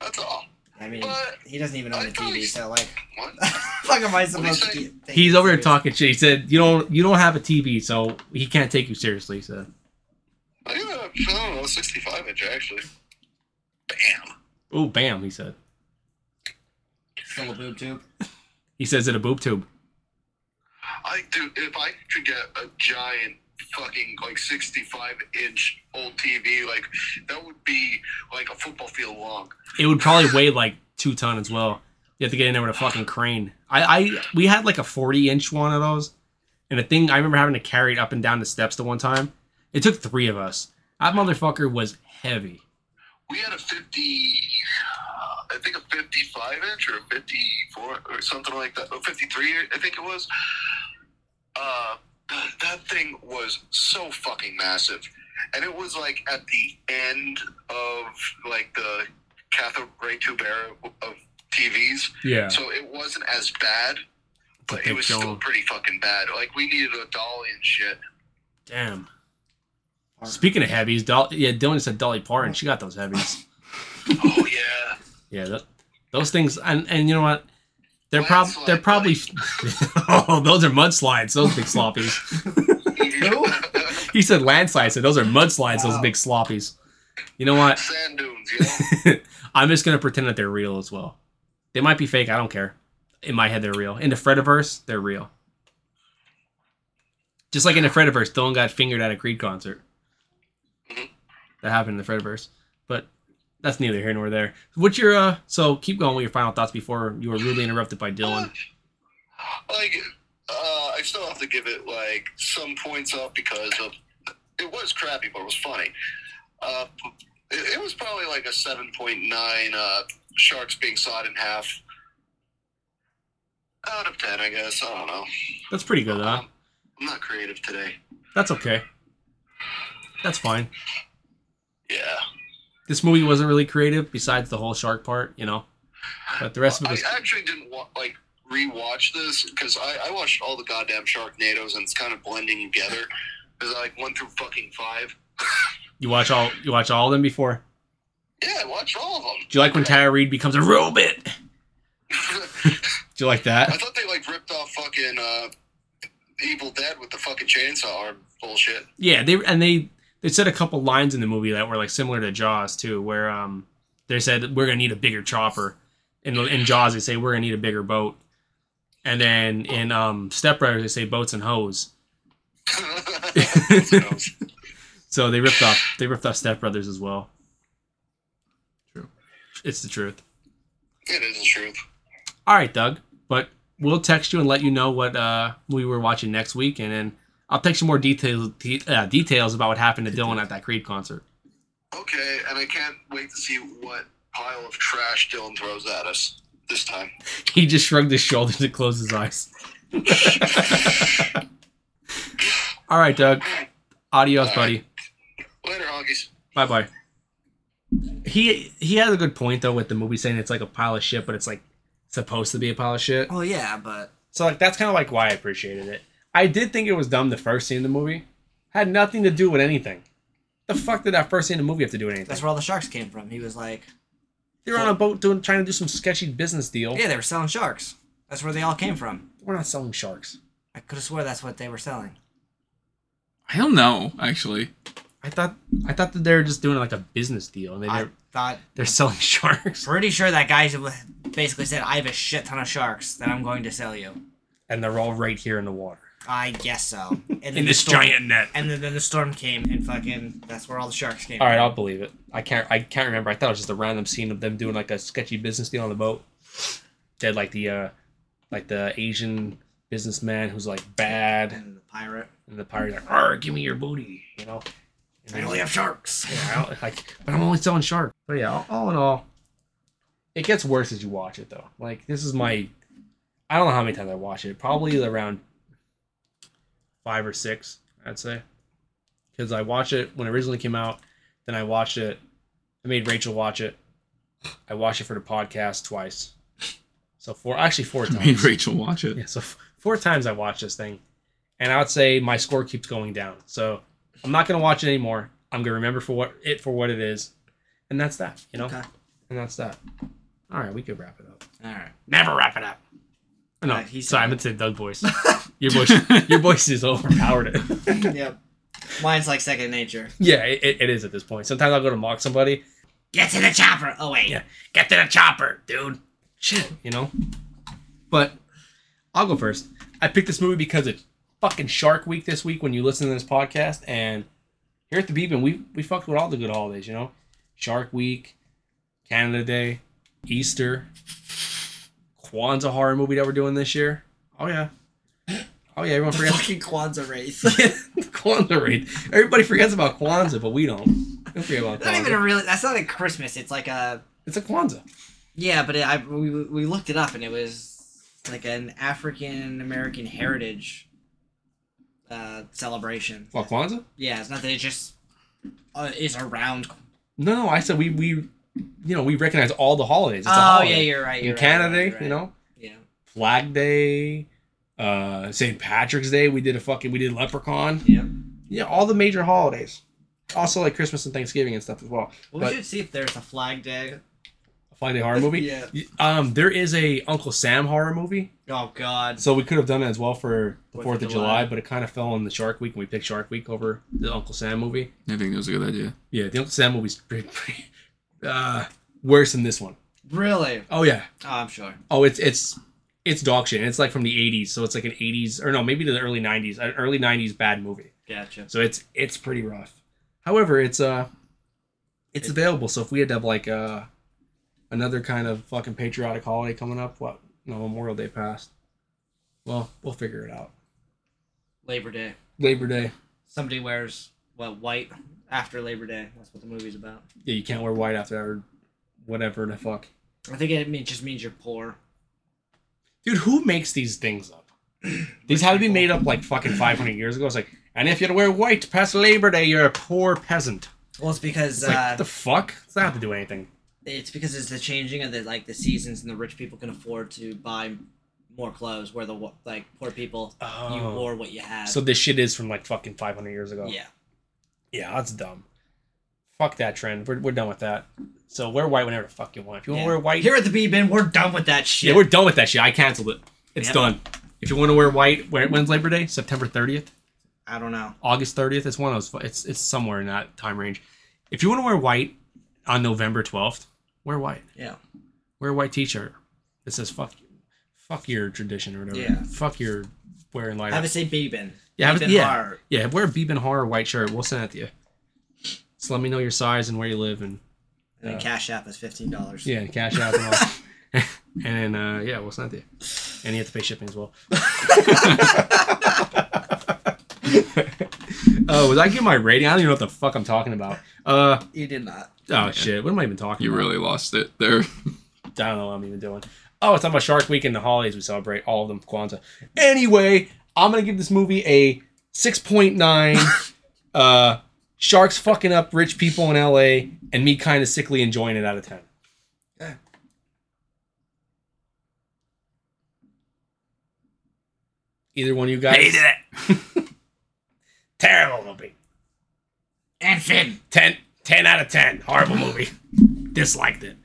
[SPEAKER 6] That's all.
[SPEAKER 3] I mean,
[SPEAKER 6] But-
[SPEAKER 3] he doesn't even own
[SPEAKER 6] I
[SPEAKER 3] the
[SPEAKER 6] thought
[SPEAKER 3] TV,
[SPEAKER 6] he-
[SPEAKER 3] so like,
[SPEAKER 6] What?
[SPEAKER 3] fuck am I supposed
[SPEAKER 6] say?
[SPEAKER 3] to? be- take
[SPEAKER 5] He's
[SPEAKER 3] it
[SPEAKER 5] over here
[SPEAKER 3] serious?
[SPEAKER 5] talking shit. He said, "You don't, you don't have a TV, so he can't take you seriously." He said,
[SPEAKER 6] I got a, I don't know, 65 inch actually. Bam.
[SPEAKER 5] "Oh, bam!" He said.
[SPEAKER 3] Still a boob tube.
[SPEAKER 5] He says it a boob tube.
[SPEAKER 6] I do. If I could get a giant fucking like 65 inch old TV, like that would be like a football field long.
[SPEAKER 5] It would probably weigh like two ton as well. You have to get in there with a fucking crane. I, I, we had like a forty inch one of those, and the thing I remember having to carry it up and down the steps the one time. It took three of us. That motherfucker was heavy.
[SPEAKER 6] We had a 50, uh, I think a 55 inch or a 54 or something like that. Or 53, I think it was. Uh, th- that thing was so fucking massive. And it was like at the end of like the cathode ray tube era of TVs.
[SPEAKER 5] Yeah.
[SPEAKER 6] So it wasn't as bad, but
[SPEAKER 5] big
[SPEAKER 6] it was still
[SPEAKER 5] dome.
[SPEAKER 6] pretty fucking bad. Like we needed a dolly and shit.
[SPEAKER 5] Damn. Speaking of heavies, Doll- yeah, Dylan said Dolly Parton. She got those heavies.
[SPEAKER 6] Oh yeah.
[SPEAKER 5] Yeah, tho- those things, and and you know what? They're prob
[SPEAKER 6] Landslide
[SPEAKER 5] they're probably Oh, those are mudslides, those big sloppies. he said landslides, so those are mudslides, those big sloppies. You know what?
[SPEAKER 6] Sand dunes, you know?
[SPEAKER 5] I'm just gonna pretend that they're real as well. They might be fake, I don't care. In my head they're real. In the Frediverse, they're real. Just like in the Frediverse, Dylan got fingered at a Creed concert. That happened in the Frediverse. But that's neither here nor there. What's your uh so keep going with your final thoughts before you were rudely interrupted by Dylan.
[SPEAKER 6] like uh, I still have to give it like some points off because of it was crappy, but it was funny. Uh, it, it was probably like a seven point nine uh, sharks being sawed in half out of ten, I guess. I don't know.
[SPEAKER 5] That's pretty good though.
[SPEAKER 6] Um, I'm not creative today.
[SPEAKER 5] That's okay. That's fine.
[SPEAKER 6] Yeah,
[SPEAKER 5] This movie wasn't really creative besides the whole shark part, you know. But the rest of it
[SPEAKER 6] I
[SPEAKER 5] was
[SPEAKER 6] actually didn't wa- like rewatch this because I, I watched all the goddamn Sharknados and it's kind of blending together because I like went through fucking five.
[SPEAKER 5] you watch all you watch all of them before.
[SPEAKER 6] Yeah, I watched all of them.
[SPEAKER 5] Do you like when Tara Reid becomes a robot? Do you like
[SPEAKER 6] I
[SPEAKER 5] that?
[SPEAKER 6] thought they like ripped off fucking uh, Evil Dead with the fucking chainsaw or bullshit.
[SPEAKER 5] Yeah, they and they they said a couple lines in the movie that were like similar to Jaws too, where um they said we're gonna need a bigger chopper, and in Jaws they say we're gonna need a bigger boat, and then in um Step Brothers they say boats and hoes. So they ripped off they ripped off Step Brothers as well.
[SPEAKER 4] True.
[SPEAKER 5] It's the truth.
[SPEAKER 6] it is the truth.
[SPEAKER 5] All right, Doug. But we'll text you and let you know what uh, movie we're watching next week, and then I'll text you more details de- uh, details about what happened to Dylan at that Creed concert.
[SPEAKER 6] Okay, and I can't wait to see what pile of trash Dylan throws at us this time.
[SPEAKER 5] He just shrugged his shoulders and closed his eyes. All right, Doug. Adios, buddy.
[SPEAKER 6] Later, honkies.
[SPEAKER 5] Bye bye. He he has a good point though with the movie saying it's like a pile of shit, but it's like supposed to be a pile of shit.
[SPEAKER 3] Well, yeah, but
[SPEAKER 5] So like that's kind of like why I appreciated it. I did think it was dumb the first scene of the movie. Had nothing to do with anything. The fuck did that first scene of the movie have to do with anything?
[SPEAKER 3] that's where all the sharks came from. He was like,
[SPEAKER 5] They were on a boat doing trying to do some sketchy business deal.
[SPEAKER 3] yeah, they were selling sharks. That's where they all came from.
[SPEAKER 5] We're not selling sharks.
[SPEAKER 3] I could have swore that's what they were selling.
[SPEAKER 4] I don't know, actually.
[SPEAKER 5] I thought I thought that they were just doing like a business deal and they
[SPEAKER 3] I
[SPEAKER 5] they're,
[SPEAKER 3] thought,
[SPEAKER 5] they're selling sharks.
[SPEAKER 3] pretty sure that guy basically said, I have a shit ton of sharks that I'm going to sell you.
[SPEAKER 5] And they're all right here in the water.
[SPEAKER 3] I guess so. And then
[SPEAKER 5] In
[SPEAKER 3] the
[SPEAKER 5] this
[SPEAKER 3] storm-
[SPEAKER 5] giant net.
[SPEAKER 3] And then, then the storm came and fucking, that's where all the sharks came
[SPEAKER 5] All right,
[SPEAKER 3] from.
[SPEAKER 5] I'll believe it. I can't. I can't remember. I thought it was just a random scene of them doing like a sketchy business deal on the boat. Dead like the, uh like the Asian businessman who's like bad,
[SPEAKER 3] And the pirate.
[SPEAKER 5] and the pirate's like, "Arr, give me your booty," you know.
[SPEAKER 3] I
[SPEAKER 5] And they're
[SPEAKER 3] only
[SPEAKER 5] like,
[SPEAKER 3] have sharks.
[SPEAKER 5] "Yeah, I don't- like, but I'm only selling shark. But yeah, all, all in all, it gets worse as you watch it though. Like this is my, I don't know how many times I watch it. Probably around five or six, I'd say, because I watched it when it originally came out. Then I watched it. I made Rachel watch it. I watched it for the podcast twice. So four, actually four times.
[SPEAKER 4] Made Rachel watch it.
[SPEAKER 5] Yeah, so f- four times I watched this thing, and I would say my score keeps going down. So I'm not gonna watch it anymore. I'm gonna remember for what it for what it is, and that's that. You know,
[SPEAKER 3] Okay.
[SPEAKER 5] and that's that. All right, we could wrap it up.
[SPEAKER 3] All right.
[SPEAKER 5] Never wrap it up. No,
[SPEAKER 3] Uh, he said-
[SPEAKER 5] sorry, I meant to say Doug voice. Your voice, your voice is overpowered.
[SPEAKER 3] yep. Mine's like second nature.
[SPEAKER 5] yeah, it, it- it is at this point. Sometimes I'll go to mock somebody.
[SPEAKER 2] Get to the chopper. Oh wait.
[SPEAKER 5] Yeah.
[SPEAKER 2] Get to the chopper, dude.
[SPEAKER 5] Shit, you know. But I'll go first. I picked this movie because it's fucking Shark Week this week when you listen to this podcast, and here at the Beepin, we we fucked with all the good holidays, you know, Shark Week, Canada Day, Easter, Kwanzaa horror movie that we're doing this year. Oh yeah, oh yeah, everyone forgets
[SPEAKER 3] Fucking Kwanzaa race.
[SPEAKER 5] Kwanzaa raid. Everybody forgets about Kwanzaa, but we don't. Don't forget about
[SPEAKER 3] not even
[SPEAKER 5] Kwanzaa.
[SPEAKER 3] a really. That's not a Christmas. It's like a.
[SPEAKER 5] It's a Kwanzaa.
[SPEAKER 3] Yeah, but it, I we we looked it up and it was like an African American heritage uh, celebration.
[SPEAKER 5] What Kwanzaa?
[SPEAKER 3] Yeah, it's not that it just uh, is around.
[SPEAKER 5] No, I said we we, you know, we recognize all the holidays. It's a
[SPEAKER 3] oh
[SPEAKER 5] holiday.
[SPEAKER 3] yeah, you're right. You're
[SPEAKER 5] in
[SPEAKER 3] right,
[SPEAKER 5] Canada,
[SPEAKER 3] you're right,
[SPEAKER 5] you
[SPEAKER 3] you're right.
[SPEAKER 5] know,
[SPEAKER 3] Yeah.
[SPEAKER 5] Flag Day, uh, St. Patrick's Day. We did a fucking, we did Leprechaun.
[SPEAKER 3] Yep.
[SPEAKER 5] Yeah, all the major holidays. Also like Christmas and Thanksgiving and stuff as well.
[SPEAKER 3] Well, we
[SPEAKER 5] But-
[SPEAKER 3] should see if there's a flag day.
[SPEAKER 5] Friday Horror Movie.
[SPEAKER 8] Yeah.
[SPEAKER 5] Y- Um, there is a Uncle Sam horror movie,
[SPEAKER 3] Oh God.
[SPEAKER 5] so we could have done it as well for the
[SPEAKER 3] Fourth
[SPEAKER 5] Fourth
[SPEAKER 3] of
[SPEAKER 5] of July,
[SPEAKER 3] July.
[SPEAKER 5] but it kind of fell on the Shark Week, and we picked Shark Week over the Uncle Sam movie.
[SPEAKER 4] I think that was a good idea.
[SPEAKER 5] Yeah, the Uncle Sam movie's pretty, pretty uh, worse than this one.
[SPEAKER 3] Really?
[SPEAKER 5] Oh yeah.
[SPEAKER 3] Oh, I'm sure.
[SPEAKER 5] Oh, it's it's it's dog shit. And it's like from the '80s, so it's like an '80s or no, maybe the early '90s, an early '90s bad movie.
[SPEAKER 3] Gotcha.
[SPEAKER 5] So it's it's pretty rough. However, it's uh it's available. So if we had to have like uh another kind of fucking patriotic holiday coming up, what no Memorial Day passed. Well, we'll figure it out.
[SPEAKER 3] Labor Day.
[SPEAKER 5] Labor Day.
[SPEAKER 3] Somebody wears what white after Labor Day. That's what the movie's about.
[SPEAKER 5] Yeah, you can't wear white after that or whatever the fuck.
[SPEAKER 3] I think it mean, just means you're poor.
[SPEAKER 5] Dude, who makes these things up? These had to be made up like fucking 500 years ago. It's like, and if you don't wear white past Labor Day, you're a poor peasant.
[SPEAKER 3] Well, it's because
[SPEAKER 5] It's like,
[SPEAKER 3] uh,
[SPEAKER 5] what the fuck? It's not have to do anything.
[SPEAKER 3] it's because it's the changing of the like the seasons, and the rich people can afford to buy more clothes, where the wa- like poor people you
[SPEAKER 5] Oh.
[SPEAKER 3] wore what you had.
[SPEAKER 5] So this shit is from like fucking 500 years ago.
[SPEAKER 3] yeah,
[SPEAKER 5] Yeah, that's dumb. Fuck that trend. We're, we're done with that. So wear white whenever the fuck you want. If you want
[SPEAKER 3] yeah.
[SPEAKER 5] to wear white,
[SPEAKER 3] Here at the B bin, we're done with that
[SPEAKER 5] yeah,
[SPEAKER 3] shit.
[SPEAKER 5] we're done with that shit. I canceled it. It's
[SPEAKER 3] Yep.
[SPEAKER 5] done. If you want to wear white, where, when's Labor Day? September 30th,
[SPEAKER 3] I don't know.
[SPEAKER 5] August 30th. It's one of those. fu- It's it's somewhere in that time range. If you want to wear white on November 12th, wear white.
[SPEAKER 3] Yeah.
[SPEAKER 5] Wear a white T-shirt that says "fuck, you- fuck your tradition" or whatever.
[SPEAKER 3] Yeah.
[SPEAKER 5] Fuck your wearing light.
[SPEAKER 3] Have it say B bin.
[SPEAKER 5] Yeah, have it-
[SPEAKER 3] B bin
[SPEAKER 5] yeah.
[SPEAKER 3] hard.
[SPEAKER 5] Yeah, wear a Beeben Horror white shirt. We'll send it to you. Just let me know your size and where you live, and
[SPEAKER 3] And then
[SPEAKER 5] Yeah.
[SPEAKER 3] Cash App is fifteen dollars.
[SPEAKER 5] yeah, and cash out and all. and then, uh, yeah, we'll send it to you. And you have to pay shipping as well. Oh, was I giving my rating? I don't even know what the fuck I'm talking about. Uh,
[SPEAKER 3] You did not.
[SPEAKER 5] oh shit, what am I even talking?
[SPEAKER 4] You
[SPEAKER 5] about?
[SPEAKER 4] really lost it there.
[SPEAKER 5] I don't know what I'm even doing. Oh, it's talking about Shark Week and the holidays we celebrate, all of them, Kwanzaa. Anyway, I'm gonna give this movie a 6.9. uh, sharks fucking up rich people in LA, and me kind of sickly enjoying it out of 10. Either one of you guys.
[SPEAKER 2] Hated it.
[SPEAKER 5] Terrible movie.
[SPEAKER 2] And Finn.
[SPEAKER 5] 10, 10 out of 10. Horrible movie. Disliked it.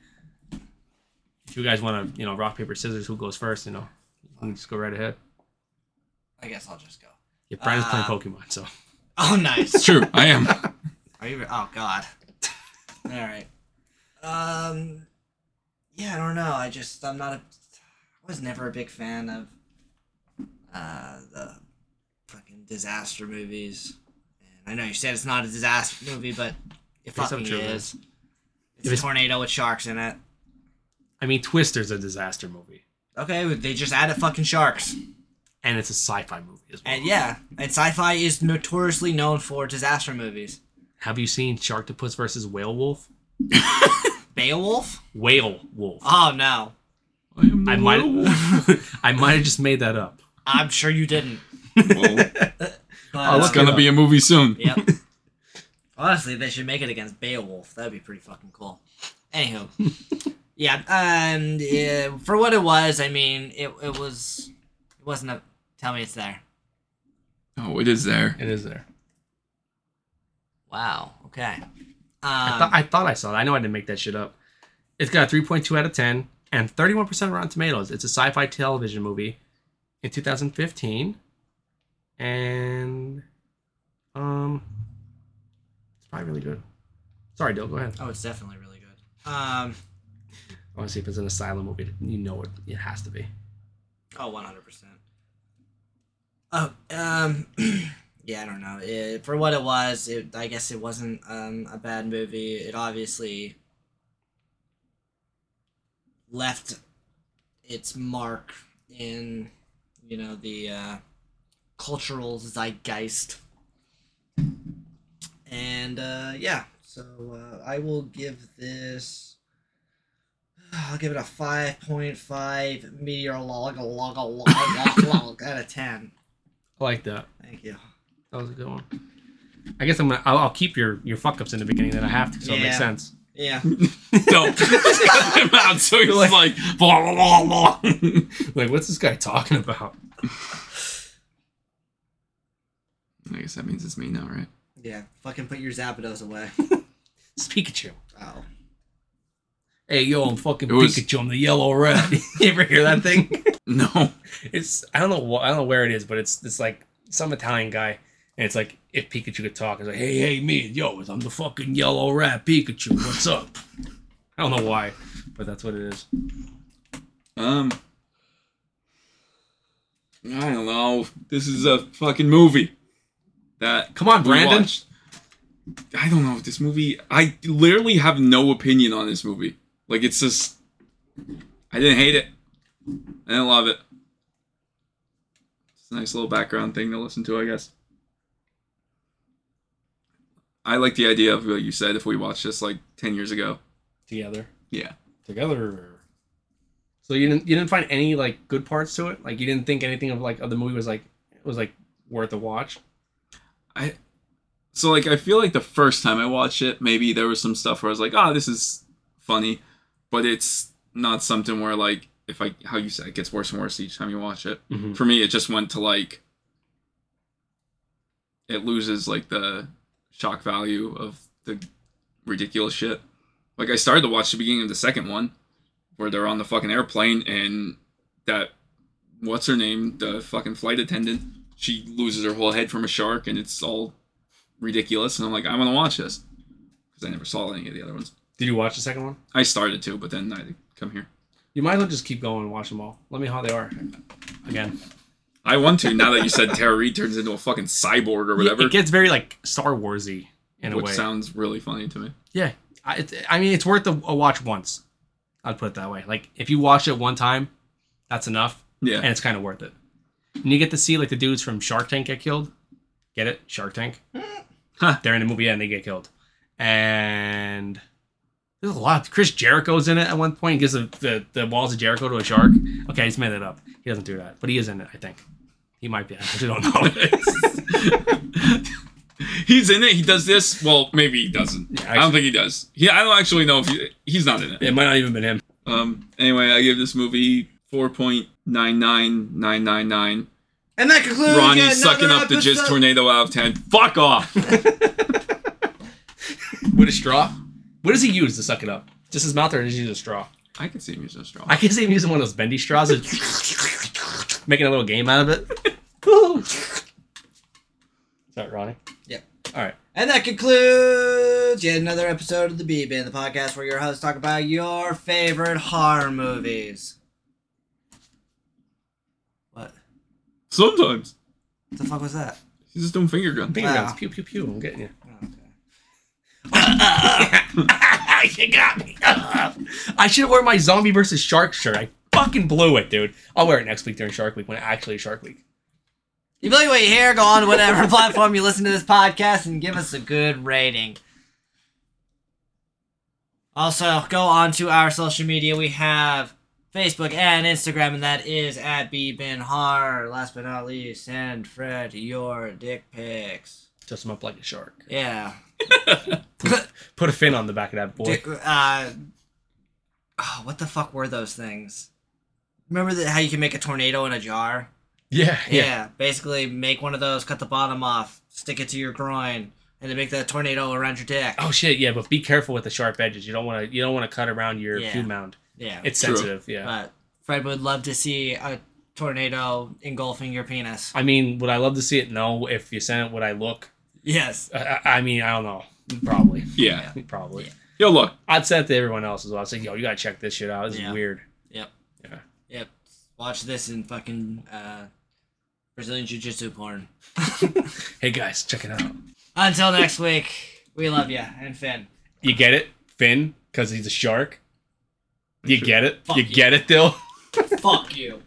[SPEAKER 5] If you guys want to, you know, rock, paper, scissors, who goes first, you know, you can just go right ahead.
[SPEAKER 3] I guess I'll just go.
[SPEAKER 5] Yeah, Brian's playing
[SPEAKER 3] Uh,
[SPEAKER 5] Pokemon, so.
[SPEAKER 3] Oh, nice.
[SPEAKER 4] It's true. I am.
[SPEAKER 3] Are you? Oh God. All right. Um. Yeah, I don't know. I just I'm not a. I was never a big fan of. Uh, the, fucking disaster movies. And I know you said it's not a disaster movie, but it
[SPEAKER 5] Based on
[SPEAKER 3] fucking
[SPEAKER 5] true
[SPEAKER 3] is. It's a
[SPEAKER 5] it's-
[SPEAKER 3] tornado with sharks in it.
[SPEAKER 5] I mean, Twister's a disaster movie,
[SPEAKER 3] Okay, well, they just added fucking sharks.
[SPEAKER 5] and it's a sci-fi movie as well.
[SPEAKER 3] And yeah, and sci-fi is notoriously known for disaster movies.
[SPEAKER 5] Have you seen Sharktopus versus Whale Wolf?
[SPEAKER 3] Beowulf?
[SPEAKER 5] Whale Wolf.
[SPEAKER 3] Oh no.
[SPEAKER 4] I am the
[SPEAKER 5] I might,
[SPEAKER 4] werewolf.
[SPEAKER 5] I might have just made that up.
[SPEAKER 3] I'm sure you didn't.
[SPEAKER 4] Well,
[SPEAKER 3] But,
[SPEAKER 5] I'll
[SPEAKER 4] it's
[SPEAKER 5] look it
[SPEAKER 4] gonna
[SPEAKER 5] up.
[SPEAKER 4] be a movie soon.
[SPEAKER 3] Yep. Honestly, they should make it against Beowulf. That'd be pretty fucking cool. Anywho, yeah, um, yeah, for what it was, I mean, it it was, it wasn't a. Tell me it's there.
[SPEAKER 4] Oh, it is there.
[SPEAKER 5] It is there.
[SPEAKER 3] Wow. Okay. Um,
[SPEAKER 5] I, thought I thought I saw that. I know I didn't make that shit up. It's got a 3.2 out of 10 and 31% Rotten Tomatoes. It's a sci-fi television movie in 2015, and um, it's probably really good. Sorry, Dill. Go ahead.
[SPEAKER 3] oh, it's definitely really good. Um.
[SPEAKER 5] I want to see if it's an asylum movie. You know it. It has to be.
[SPEAKER 3] Oh, 100 percent. Oh, um, yeah, I don't know. It, for what it was, it, I guess it wasn't um, a bad movie. It obviously left its mark in, you know, the uh, cultural zeitgeist. And uh, yeah, so uh, I will give this. I'll give it a 5.5 meteorological log, log, log, log out of 10.
[SPEAKER 5] I like that.
[SPEAKER 3] Thank you.
[SPEAKER 5] That was a good one. I guess I'm gonna. I'll, I'll keep your your fuck ups in the beginning. Then I have to, so it makes
[SPEAKER 3] Yeah.
[SPEAKER 5] sense.
[SPEAKER 3] Yeah.
[SPEAKER 4] Don't cut them out. So he's like, blah, blah, blah, blah.
[SPEAKER 5] like, what's this guy talking about?
[SPEAKER 4] I guess that means it's me now, right?
[SPEAKER 3] Yeah. Fucking put your Zapdos away.
[SPEAKER 5] It's Pikachu.
[SPEAKER 3] Oh.
[SPEAKER 5] Hey, yo, I'm fucking
[SPEAKER 4] It was-
[SPEAKER 5] Pikachu. I'm the yellow red. you ever hear that thing?
[SPEAKER 4] No.
[SPEAKER 5] It's I don't know wh- I don't know where it is, but it's it's like some Italian guy, and it's like if Pikachu could talk, it's like hey hey me yo, I'm the fucking yellow rat Pikachu. What's up? I don't know why, but that's what it is.
[SPEAKER 4] Um. I don't know. This is a fucking movie. That
[SPEAKER 5] Come on,
[SPEAKER 4] we
[SPEAKER 5] Brandon.
[SPEAKER 4] watched. I don't know if this movie. I literally have no opinion on this movie. Like it's just. I didn't hate it. I didn't love it. It's a nice little background thing to listen to, I guess. I like the idea of what you said. If we watched this like ten years ago,
[SPEAKER 5] Together,
[SPEAKER 4] yeah.
[SPEAKER 5] together. So you didn't you didn't find any like good parts to it? Like you didn't think anything of like of the movie was like was like worth a watch?
[SPEAKER 4] So like I feel like the first time I watched it, maybe there was some stuff where I was like, "Ah, this is funny," but it's not something where like if I how you said it gets worse and worse each time you watch it.
[SPEAKER 5] Mm-hmm.
[SPEAKER 4] For me, it just went to like it loses like the shock value of the ridiculous shit. Like I started to watch the beginning of the second one where they're on the fucking airplane and that what's her name, the fucking flight attendant, she loses her whole head from a shark and it's all ridiculous, and I'm like, I want to watch this because I never saw any of the other ones.
[SPEAKER 5] Did you watch the second one?
[SPEAKER 4] I started to, but then I had to come here.
[SPEAKER 5] You might as well just keep going and watch them all. Let me know how they are. Again,
[SPEAKER 4] I want to now that you said Tara Reid turns into a fucking cyborg or whatever,
[SPEAKER 5] it gets very like Star Warsy in a
[SPEAKER 4] which
[SPEAKER 5] way.
[SPEAKER 4] sounds really funny to me.
[SPEAKER 5] Yeah, I, it, I mean, it's worth a, a watch once. I'd put it that way. Like if you watch it one time, that's enough,
[SPEAKER 4] Yeah,
[SPEAKER 5] and it's kind of worth it. And you get to see like the dudes from Shark Tank get killed. Get it? Shark Tank.
[SPEAKER 4] Huh.
[SPEAKER 5] They're in the movie and they get killed. And there's a lot. Chris Jericho's in it at one point. He gives the, the, the walls of Jericho to a shark. Okay, I just made it up. He doesn't do that, but he is in it. I think he might be. I actually don't know.
[SPEAKER 4] he's in it. He does this. Well, maybe he doesn't.
[SPEAKER 5] Yeah,
[SPEAKER 4] I don't think he does. He, I don't actually know if he, he's not in it.
[SPEAKER 5] it might not even been him.
[SPEAKER 4] Um. Anyway, I give this movie four point nine nine nine nine nine.
[SPEAKER 3] And that concludes
[SPEAKER 4] Ronnie
[SPEAKER 3] another
[SPEAKER 4] sucking up the jizz
[SPEAKER 3] episode-
[SPEAKER 4] tornado out of ten. Fuck off.
[SPEAKER 5] With a straw? What does he use to suck it up? Just his mouth, or does he use a straw?
[SPEAKER 4] I can see him using a straw.
[SPEAKER 5] I can see him using one of those bendy straws, and making a little game out of it. Woo. Is that Ronnie?
[SPEAKER 3] Yep.
[SPEAKER 5] All right.
[SPEAKER 3] And that concludes yet another episode of the B Bin, the podcast where your hosts talk about your favorite horror movies. What?
[SPEAKER 4] Sometimes
[SPEAKER 3] What the fuck was that? Oh,
[SPEAKER 4] he's just doing finger gun.
[SPEAKER 5] Finger
[SPEAKER 3] Wow.
[SPEAKER 5] guns. Pew pew pew. I'm getting you. you got me. I should wear my zombie versus shark shirt. I fucking blew it, dude. I'll wear it next week during Shark Week when it actually is Shark Week.
[SPEAKER 3] If you like what you hear, go on to whatever platform you listen to this podcast and give us a good rating. Also, go on to our social media. We have Facebook and Instagram, and that is at BBinHar. Last but not least, send Fred your dick pics.
[SPEAKER 5] Dress him up like a shark.
[SPEAKER 3] Yeah.
[SPEAKER 5] Put a fin on the back of that boy.
[SPEAKER 3] Dick, uh, oh, what the fuck were those things? Remember that how you can make a tornado in a jar?
[SPEAKER 5] Yeah,
[SPEAKER 3] Yeah. Basically, make one of those, cut the bottom off, stick it to your groin, and then make that tornado around your dick.
[SPEAKER 5] Oh shit, yeah, but be careful with the sharp edges. You don't want to. You don't want to cut around your
[SPEAKER 3] Yeah.
[SPEAKER 5] food mound.
[SPEAKER 3] yeah.
[SPEAKER 5] It's
[SPEAKER 4] True.
[SPEAKER 5] sensitive. Yeah.
[SPEAKER 3] but Fred would love to see a tornado engulfing your penis.
[SPEAKER 5] I mean, would I love to see it? No. If you sent it, would I look?
[SPEAKER 3] Yes.
[SPEAKER 5] I, I, I mean, I don't know. Probably.
[SPEAKER 4] Yeah.
[SPEAKER 5] Probably.
[SPEAKER 4] Yo, look.
[SPEAKER 5] I'd send it to everyone else as well. I'd say, yo, you gotta check this shit out. This
[SPEAKER 3] Yeah.
[SPEAKER 5] is weird.
[SPEAKER 3] Yep.
[SPEAKER 5] Yeah.
[SPEAKER 3] Yep. Watch this in fucking uh, Brazilian Jiu Jitsu porn.
[SPEAKER 5] Hey guys, check it out.
[SPEAKER 3] Until next week, we love you and Finn.
[SPEAKER 5] You get it, Finn? Because he's a shark. You get it?
[SPEAKER 3] Fuck
[SPEAKER 5] you
[SPEAKER 3] you.
[SPEAKER 5] get it, Dill?
[SPEAKER 3] Fuck you.